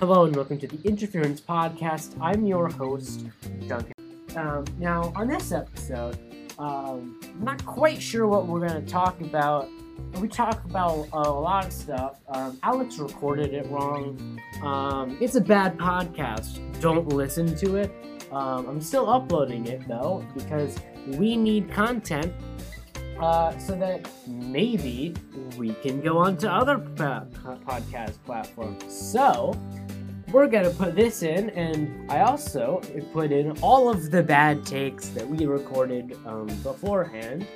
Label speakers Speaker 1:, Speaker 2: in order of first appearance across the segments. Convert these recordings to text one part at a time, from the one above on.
Speaker 1: and welcome to the Interference Podcast. I'm your host, Duncan. Um, now, on this episode, um, I'm not quite sure what we're going to talk about. We talk about a lot of stuff. Um, Alex recorded it wrong. Um, it's a bad podcast. Don't listen to it. Um, I'm still uploading it though because we need content uh, so that maybe we can go on to other pa- po- podcast platforms. So we're gonna put this in, and I also put in all of the bad takes that we recorded um, beforehand.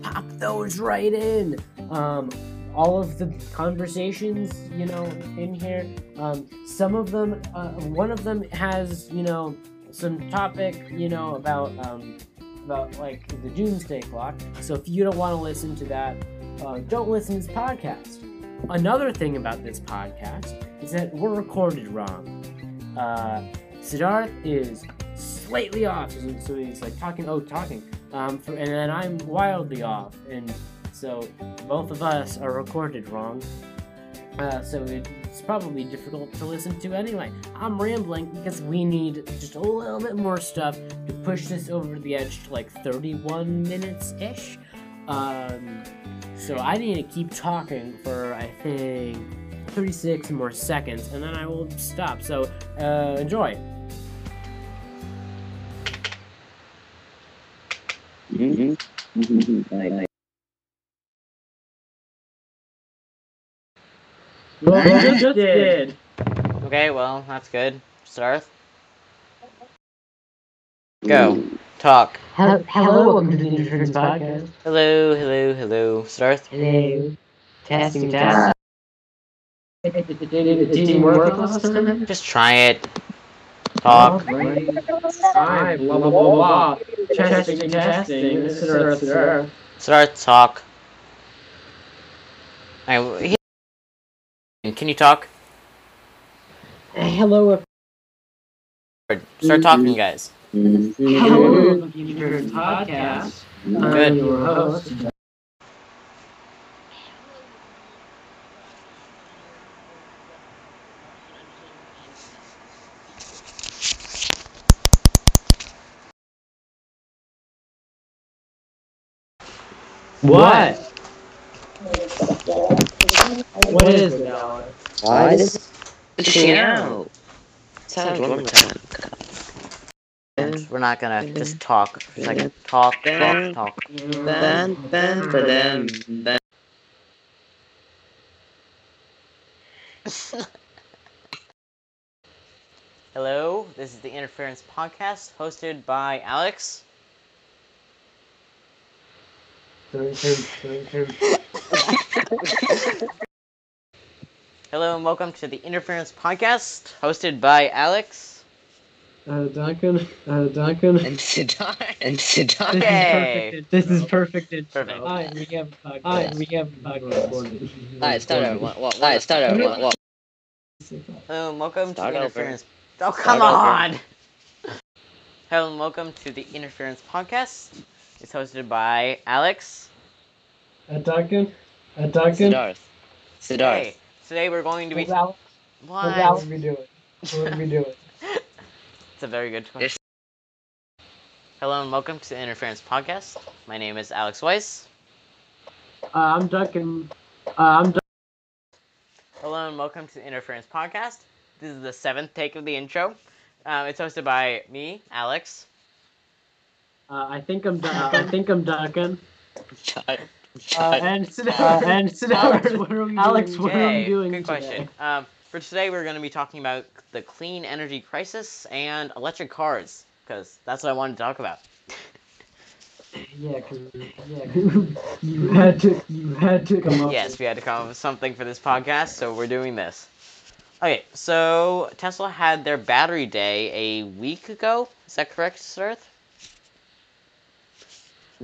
Speaker 1: Pop those right in. Um, all of the conversations, you know, in here. Um, some of them, uh, one of them has, you know, some topic, you know, about um, about like the doomsday clock. So if you don't want to listen to that, uh, don't listen to this podcast. Another thing about this podcast is that we're recorded wrong. Uh, Siddharth is slightly off, so- so he's like talking, oh, talking, um, for, and then I'm wildly off, and so both of us are recorded wrong. Uh, so it's probably difficult to listen to anyway. I'm rambling because we need just a little bit more stuff to push this over the edge to like 31 minutes ish. Um, so I need to keep talking for I think 36 more seconds, and then I will stop. So uh, enjoy.
Speaker 2: Mm-hmm.
Speaker 3: Well,
Speaker 2: you
Speaker 3: just, did.
Speaker 4: Okay, well, that's good. Starth? Go. Talk.
Speaker 1: Hello, hello welcome to the Interference Podcast.
Speaker 4: Hello, hello, hello. Starth?
Speaker 1: Hello. Testing,
Speaker 2: test.
Speaker 1: Did it work last time?
Speaker 4: Just try it. Talk.
Speaker 1: uh,
Speaker 3: Five, blah, blah, blah, blah. Testing, testing, this is our server.
Speaker 4: Starth, talk. I, he- can you talk?
Speaker 1: Hello,
Speaker 4: Or Start talking, guys.
Speaker 1: hello,
Speaker 3: Hello,
Speaker 1: Interference Podcast.
Speaker 3: podcast.
Speaker 1: I'm
Speaker 4: Good.
Speaker 1: your host.
Speaker 3: What?
Speaker 1: What is it, Alex?
Speaker 2: Why does
Speaker 5: Chill. Sounds one more time.
Speaker 4: We're not gonna just talk for a second. Talk, talk, talk.
Speaker 5: Bam, bam, ba-dam, bam.
Speaker 4: Hello, this is the Interference Podcast, hosted by Alex. Hello and welcome to the Interference Podcast, hosted by Alex.
Speaker 3: Uh, Duncan, uh, Duncan.
Speaker 5: And Siddharth. And Siddharth.
Speaker 4: Okay.
Speaker 3: This is perfect.
Speaker 4: Perfect.
Speaker 3: Alright, we have podcast. Alright, we have podcast.
Speaker 5: Alright, start over. What, what, Alright, start over. What, what?
Speaker 4: Hello and welcome
Speaker 5: Start
Speaker 4: to the
Speaker 5: over.
Speaker 4: Interference. Oh come
Speaker 5: over.
Speaker 4: on! Hello and welcome to the Interference Podcast. It's hosted by Alex.
Speaker 3: Uh, Duncan, uh, Duncan.
Speaker 5: Siddharth. Siddharth.
Speaker 4: Today, today we're going to be.
Speaker 3: What's Alex- what's Alex
Speaker 4: What?
Speaker 3: we doing? What are we doing?
Speaker 4: It's a very good question. Hello and welcome to the Interference Podcast. My name is Alex Weiss.
Speaker 1: Uh, I'm Duncan. Uh, I'm Duncan.
Speaker 4: Hello and welcome to the Interference Podcast. This is the seventh take of the intro. Um, it's hosted by me, Alex.
Speaker 1: Uh, I think I'm. Dun- uh, I think I'm Duncan.
Speaker 5: Siddharth.
Speaker 1: Uh,
Speaker 5: Siddharth.
Speaker 1: and Siddharth.
Speaker 3: Uh, and Siddharth,
Speaker 1: Alex,
Speaker 3: what are we
Speaker 1: Alex,
Speaker 3: doing?
Speaker 1: what are we
Speaker 4: Mm, Okay,
Speaker 1: doing?
Speaker 4: Good
Speaker 1: today?
Speaker 4: question. Um, for today, we're going to be talking about the clean energy crisis and electric cars, because that's what I wanted to talk about.
Speaker 3: Yeah, 'cause yeah, 'cause you had to, you had to come up.
Speaker 4: Yes, we had to come up with something for this podcast, so we're doing this. Okay, so Tesla had their battery day a week ago. Is that correct, Sirth?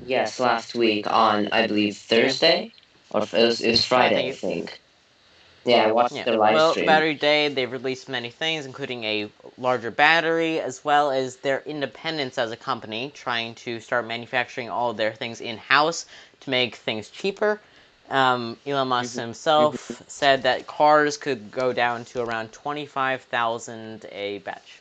Speaker 5: Yes, last week on, I believe, Thursday? Or f- it was, it was Friday, I think. Yeah, I watched
Speaker 4: Yeah.
Speaker 5: their live
Speaker 4: well,
Speaker 5: stream.
Speaker 4: battery day, they've released many things, including a larger battery, as well as their independence as a company, trying to start manufacturing all their things in house to make things cheaper. Um, Elon Musk himself said that cars could go down to around 25,000 a batch.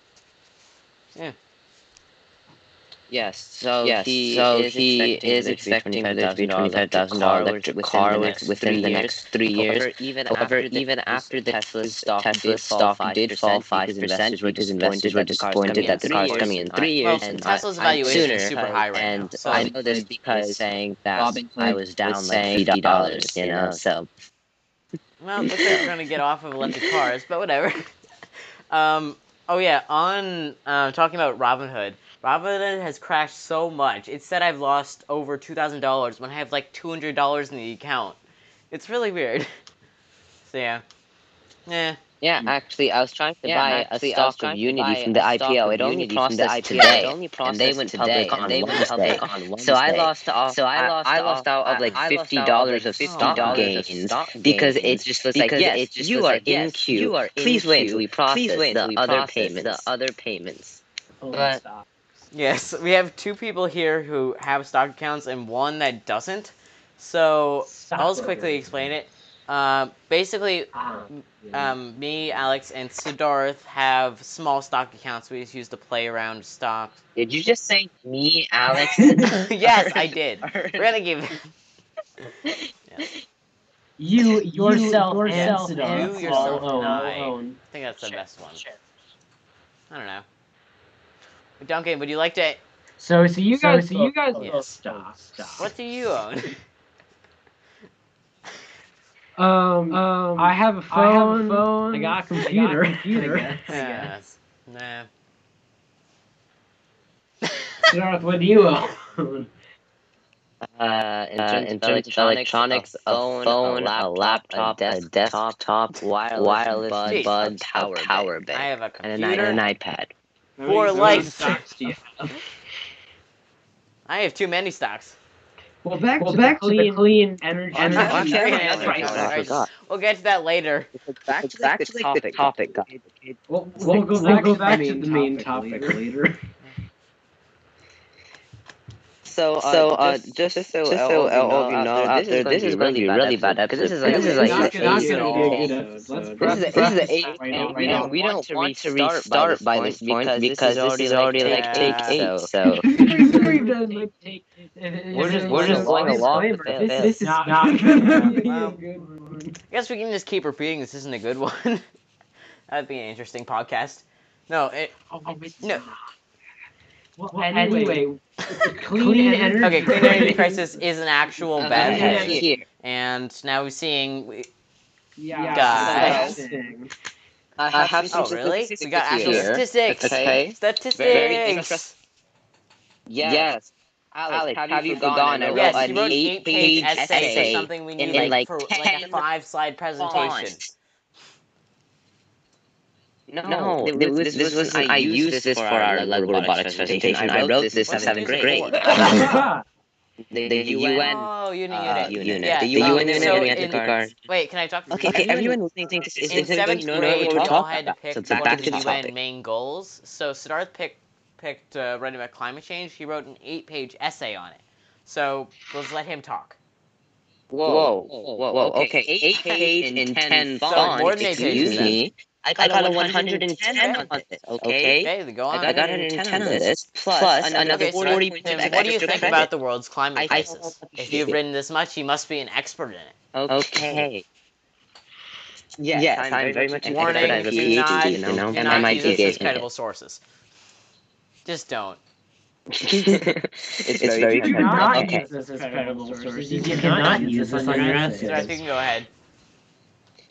Speaker 5: Yes, so
Speaker 2: Yes,
Speaker 5: he
Speaker 2: so
Speaker 5: is
Speaker 2: he
Speaker 5: expecting
Speaker 2: is
Speaker 5: there to be
Speaker 2: expecting there to be
Speaker 5: $25,000
Speaker 2: $25,000
Speaker 5: electric
Speaker 2: electric
Speaker 5: car
Speaker 2: car
Speaker 5: within,
Speaker 2: within
Speaker 5: the
Speaker 2: the
Speaker 5: next three years.
Speaker 2: However, even
Speaker 5: However,
Speaker 2: after the,
Speaker 5: even after the
Speaker 2: Tesla's
Speaker 5: Tesla's
Speaker 2: stock,
Speaker 5: stock,
Speaker 2: did fall
Speaker 5: did fall
Speaker 2: 5%
Speaker 5: 5%
Speaker 2: because investors were
Speaker 5: because investors
Speaker 2: disappointed
Speaker 5: were
Speaker 2: that the car's coming in
Speaker 5: disappointed that the
Speaker 2: three
Speaker 5: car's
Speaker 2: years.
Speaker 5: coming in three
Speaker 4: Well,
Speaker 5: years. and I-
Speaker 4: Tesla's
Speaker 5: I-
Speaker 4: valuation is
Speaker 5: sooner,
Speaker 4: super high right
Speaker 5: And
Speaker 4: now, so-
Speaker 5: I know this because saying that
Speaker 2: Robin
Speaker 5: I
Speaker 2: Hood
Speaker 5: was down
Speaker 2: was
Speaker 5: like
Speaker 2: saying
Speaker 5: $50, you know,
Speaker 2: $50,
Speaker 5: so.
Speaker 4: Well, looks like we're gonna get off of electric cars, but whatever. um, oh yeah, on uh, talking about Robinhood. Robinhood has crashed so much. It said I've lost over two thousand dollars when I have like two hundred dollars in the account. It's really weird. so yeah, Eh, yeah.
Speaker 5: Yeah, actually, I was trying to
Speaker 2: Yeah,
Speaker 5: buy
Speaker 2: actually,
Speaker 5: a
Speaker 2: I was
Speaker 5: stock of
Speaker 2: trying to
Speaker 5: Unity
Speaker 2: buy
Speaker 5: from the
Speaker 2: a stock
Speaker 5: IPO.
Speaker 2: of
Speaker 5: It only
Speaker 2: Unity from
Speaker 5: crossed
Speaker 2: the
Speaker 5: us
Speaker 2: IPO.
Speaker 5: today,
Speaker 2: It
Speaker 5: and
Speaker 2: only
Speaker 5: they
Speaker 2: processed
Speaker 5: went
Speaker 2: today,
Speaker 5: public
Speaker 2: and
Speaker 5: on
Speaker 2: they went
Speaker 5: Wednesday.
Speaker 2: public on Wednesday.
Speaker 5: So I lost off.
Speaker 2: so I lost
Speaker 5: I
Speaker 2: off-
Speaker 5: lost out of
Speaker 2: I-
Speaker 5: like
Speaker 2: I lost
Speaker 5: fifty
Speaker 2: out of, like,
Speaker 5: dollars of
Speaker 2: $50
Speaker 5: stock
Speaker 2: of
Speaker 5: gains
Speaker 2: stock
Speaker 5: because
Speaker 2: gains.
Speaker 5: it's just was like
Speaker 2: Because
Speaker 5: yes,
Speaker 2: it's just
Speaker 5: you
Speaker 2: was
Speaker 5: are
Speaker 2: like,
Speaker 5: in
Speaker 2: yes, you
Speaker 5: queue.
Speaker 2: are in
Speaker 5: Please wait
Speaker 2: queue.
Speaker 5: till we
Speaker 2: Please
Speaker 5: process
Speaker 2: wait till
Speaker 5: the
Speaker 2: we
Speaker 5: other
Speaker 2: process the
Speaker 5: payments.
Speaker 2: other payments.
Speaker 1: Oh,
Speaker 5: But-
Speaker 1: stop.
Speaker 4: Yes, we have two people here who have stock accounts and one that doesn't. So
Speaker 1: Stop
Speaker 4: I'll just
Speaker 1: it.
Speaker 4: quickly explain it. Uh, basically,
Speaker 1: Ah, yeah.
Speaker 4: um, me, Alex, and Siddharth have small stock accounts we just use to play around stocks.
Speaker 5: Did you just say me, Alex? and-
Speaker 4: yes, I did.
Speaker 5: Alright.
Speaker 4: Renegade.
Speaker 1: you yourself,
Speaker 3: yourself,
Speaker 1: yourself and,
Speaker 3: and
Speaker 1: Sidon
Speaker 4: you
Speaker 1: all
Speaker 4: yourself,
Speaker 1: own,
Speaker 4: and
Speaker 1: all
Speaker 4: I.
Speaker 1: own.
Speaker 4: I think that's the best one.
Speaker 5: Sure.
Speaker 4: I don't know. Duncan, would you like to?
Speaker 3: So, so you
Speaker 1: So-
Speaker 3: guys,
Speaker 1: so
Speaker 3: so you
Speaker 1: both-
Speaker 3: guys,
Speaker 1: both
Speaker 4: Yes.
Speaker 1: stop, stop.
Speaker 4: Oh, What do you own?
Speaker 3: um,
Speaker 1: Um,
Speaker 3: I have a phone.
Speaker 1: I have a phone.
Speaker 3: I got a
Speaker 1: I got a
Speaker 3: computer.
Speaker 1: computer.
Speaker 3: I guess.
Speaker 4: Yes. Nah.
Speaker 1: Siddharth, what do you own?
Speaker 5: Uh, in
Speaker 2: Uh,
Speaker 5: terms,
Speaker 2: in
Speaker 5: of,
Speaker 2: terms
Speaker 5: electronics,
Speaker 2: of electronics,
Speaker 5: a phone, a laptop, a desktop, wireless, wireless
Speaker 4: buds,
Speaker 5: buds,
Speaker 2: buds,
Speaker 5: a
Speaker 2: a
Speaker 5: power,
Speaker 2: power
Speaker 5: bank,
Speaker 4: I have a computer.
Speaker 5: and, an, and an iPad.
Speaker 3: Or
Speaker 4: Four legs. I have too many stocks.
Speaker 3: Well, back
Speaker 1: Well,
Speaker 3: to
Speaker 1: back
Speaker 3: the
Speaker 1: to the
Speaker 3: clean
Speaker 1: clean energy.
Speaker 3: energy-
Speaker 1: energy-
Speaker 5: actually,
Speaker 4: I
Speaker 5: I
Speaker 4: have
Speaker 5: forgot,
Speaker 4: another
Speaker 5: I
Speaker 4: one.
Speaker 5: forgot.
Speaker 4: We'll get to that later.
Speaker 5: Back to, like, the topic, guys.
Speaker 3: Well,
Speaker 1: We'll go
Speaker 3: we'll
Speaker 1: back, to, the main topic, later.
Speaker 5: So, uh,
Speaker 2: So, uh,
Speaker 5: just,
Speaker 2: just-
Speaker 5: just so,
Speaker 2: just
Speaker 5: all of you know out there, this is going to be really bad episode. This is like, this is
Speaker 1: It's
Speaker 5: like,
Speaker 1: not,
Speaker 5: the
Speaker 1: not
Speaker 5: eighth-
Speaker 1: gonna
Speaker 3: eighth-
Speaker 1: be a good
Speaker 3: eighth-
Speaker 1: episode.
Speaker 3: let's
Speaker 5: this
Speaker 1: Let's
Speaker 5: is the, this
Speaker 1: preface
Speaker 5: is the
Speaker 1: right
Speaker 5: eighth,
Speaker 1: now,
Speaker 5: and
Speaker 1: right
Speaker 5: we
Speaker 1: now.
Speaker 5: don't, we don't want to restart by this point
Speaker 2: point
Speaker 5: because this is already like take eight. So,
Speaker 1: We're
Speaker 5: We're just- we're just going along with it.
Speaker 1: This, this is
Speaker 3: Not-
Speaker 1: not, gonna be a
Speaker 3: Wow.
Speaker 1: good one.
Speaker 4: I guess we can just keep repeating this isn't a good one. That'd be an interesting podcast. No, it,
Speaker 1: Oh, it's
Speaker 4: No.
Speaker 1: not. Well,
Speaker 3: Well,
Speaker 1: anyway,
Speaker 3: anyway,
Speaker 1: clean,
Speaker 3: clean
Speaker 1: energy.
Speaker 4: okay, clean energy crisis is an actual
Speaker 5: Uh,
Speaker 4: bad
Speaker 1: yeah,
Speaker 4: head.
Speaker 1: yeah.
Speaker 5: here,
Speaker 4: And now we're seeing.
Speaker 1: Yeah,
Speaker 4: Guys.
Speaker 1: disgusting.
Speaker 5: I
Speaker 2: I
Speaker 5: have
Speaker 2: have
Speaker 5: some
Speaker 4: Oh, really? We got
Speaker 5: statistics
Speaker 4: actual
Speaker 5: here.
Speaker 4: statistics.
Speaker 5: Okay.
Speaker 4: Statistics.
Speaker 5: Very interesting.
Speaker 2: Yes.
Speaker 5: Yes.
Speaker 2: Alex, have you
Speaker 5: forgotten?
Speaker 2: forgotten? I
Speaker 5: I
Speaker 2: wrote
Speaker 4: Yes,
Speaker 5: an
Speaker 4: you wrote an eight-page
Speaker 5: eight-page
Speaker 4: essay,
Speaker 5: essay
Speaker 4: something we
Speaker 5: in,
Speaker 4: need like,
Speaker 5: like,
Speaker 4: for like a
Speaker 5: 10
Speaker 4: five-slide presentation.
Speaker 5: No,
Speaker 2: it
Speaker 5: it was, this, was, I used this for our like, robotics presentation. I wrote this in
Speaker 4: What's
Speaker 5: seventh
Speaker 4: this
Speaker 5: grade.
Speaker 4: for?
Speaker 5: The, the UN
Speaker 4: Oh, unit,
Speaker 5: uh,
Speaker 4: unit.
Speaker 5: unit,
Speaker 4: Yeah,
Speaker 5: the UN
Speaker 4: um,
Speaker 5: unit,
Speaker 4: so
Speaker 5: and the
Speaker 4: in-
Speaker 5: anti card.
Speaker 4: Wait, can I talk?
Speaker 5: Okay,
Speaker 4: can I-
Speaker 5: everyone listening thinks is
Speaker 4: in
Speaker 5: is going
Speaker 4: seventh
Speaker 5: to know what
Speaker 4: grade,
Speaker 5: we're
Speaker 4: we all
Speaker 5: talking
Speaker 4: had to
Speaker 5: about.
Speaker 4: pick
Speaker 5: So
Speaker 4: one
Speaker 5: back
Speaker 4: of
Speaker 5: to the
Speaker 4: the UN
Speaker 5: topic.
Speaker 4: main goals. So Siddharth picked picked uh, writing about climate change. He wrote an eight-page essay on it. So let's let him talk.
Speaker 5: Whoa, whoa, whoa, okay. Eight page in 10
Speaker 4: So
Speaker 5: font.
Speaker 4: more than eight pages
Speaker 5: Excuse
Speaker 4: then.
Speaker 5: me. I
Speaker 2: I
Speaker 5: got a
Speaker 2: got a
Speaker 5: 110 on this, okay?
Speaker 4: Okay, then go on.
Speaker 5: I got 110 on this, plus
Speaker 2: plus
Speaker 5: another
Speaker 4: okay, so
Speaker 5: 40 points of
Speaker 4: then
Speaker 5: extra
Speaker 4: what do you think
Speaker 5: credit.
Speaker 4: about the world's climate
Speaker 5: I-
Speaker 4: crisis?
Speaker 5: I-
Speaker 4: If you've written this much, you must be an expert in it.
Speaker 5: Okay. Yes, I'm, very much an expert.
Speaker 4: Warning:
Speaker 5: I'm a
Speaker 4: do not,
Speaker 5: PhD, you know,
Speaker 4: do
Speaker 5: and
Speaker 4: not
Speaker 5: MIT
Speaker 4: use this as
Speaker 5: is
Speaker 4: credible sources. Just don't.
Speaker 5: it's
Speaker 2: very
Speaker 5: very
Speaker 1: You do not
Speaker 5: Okay.
Speaker 1: use this as credible sources. You cannot use this on your
Speaker 4: So I think
Speaker 1: essays.
Speaker 4: you can go ahead.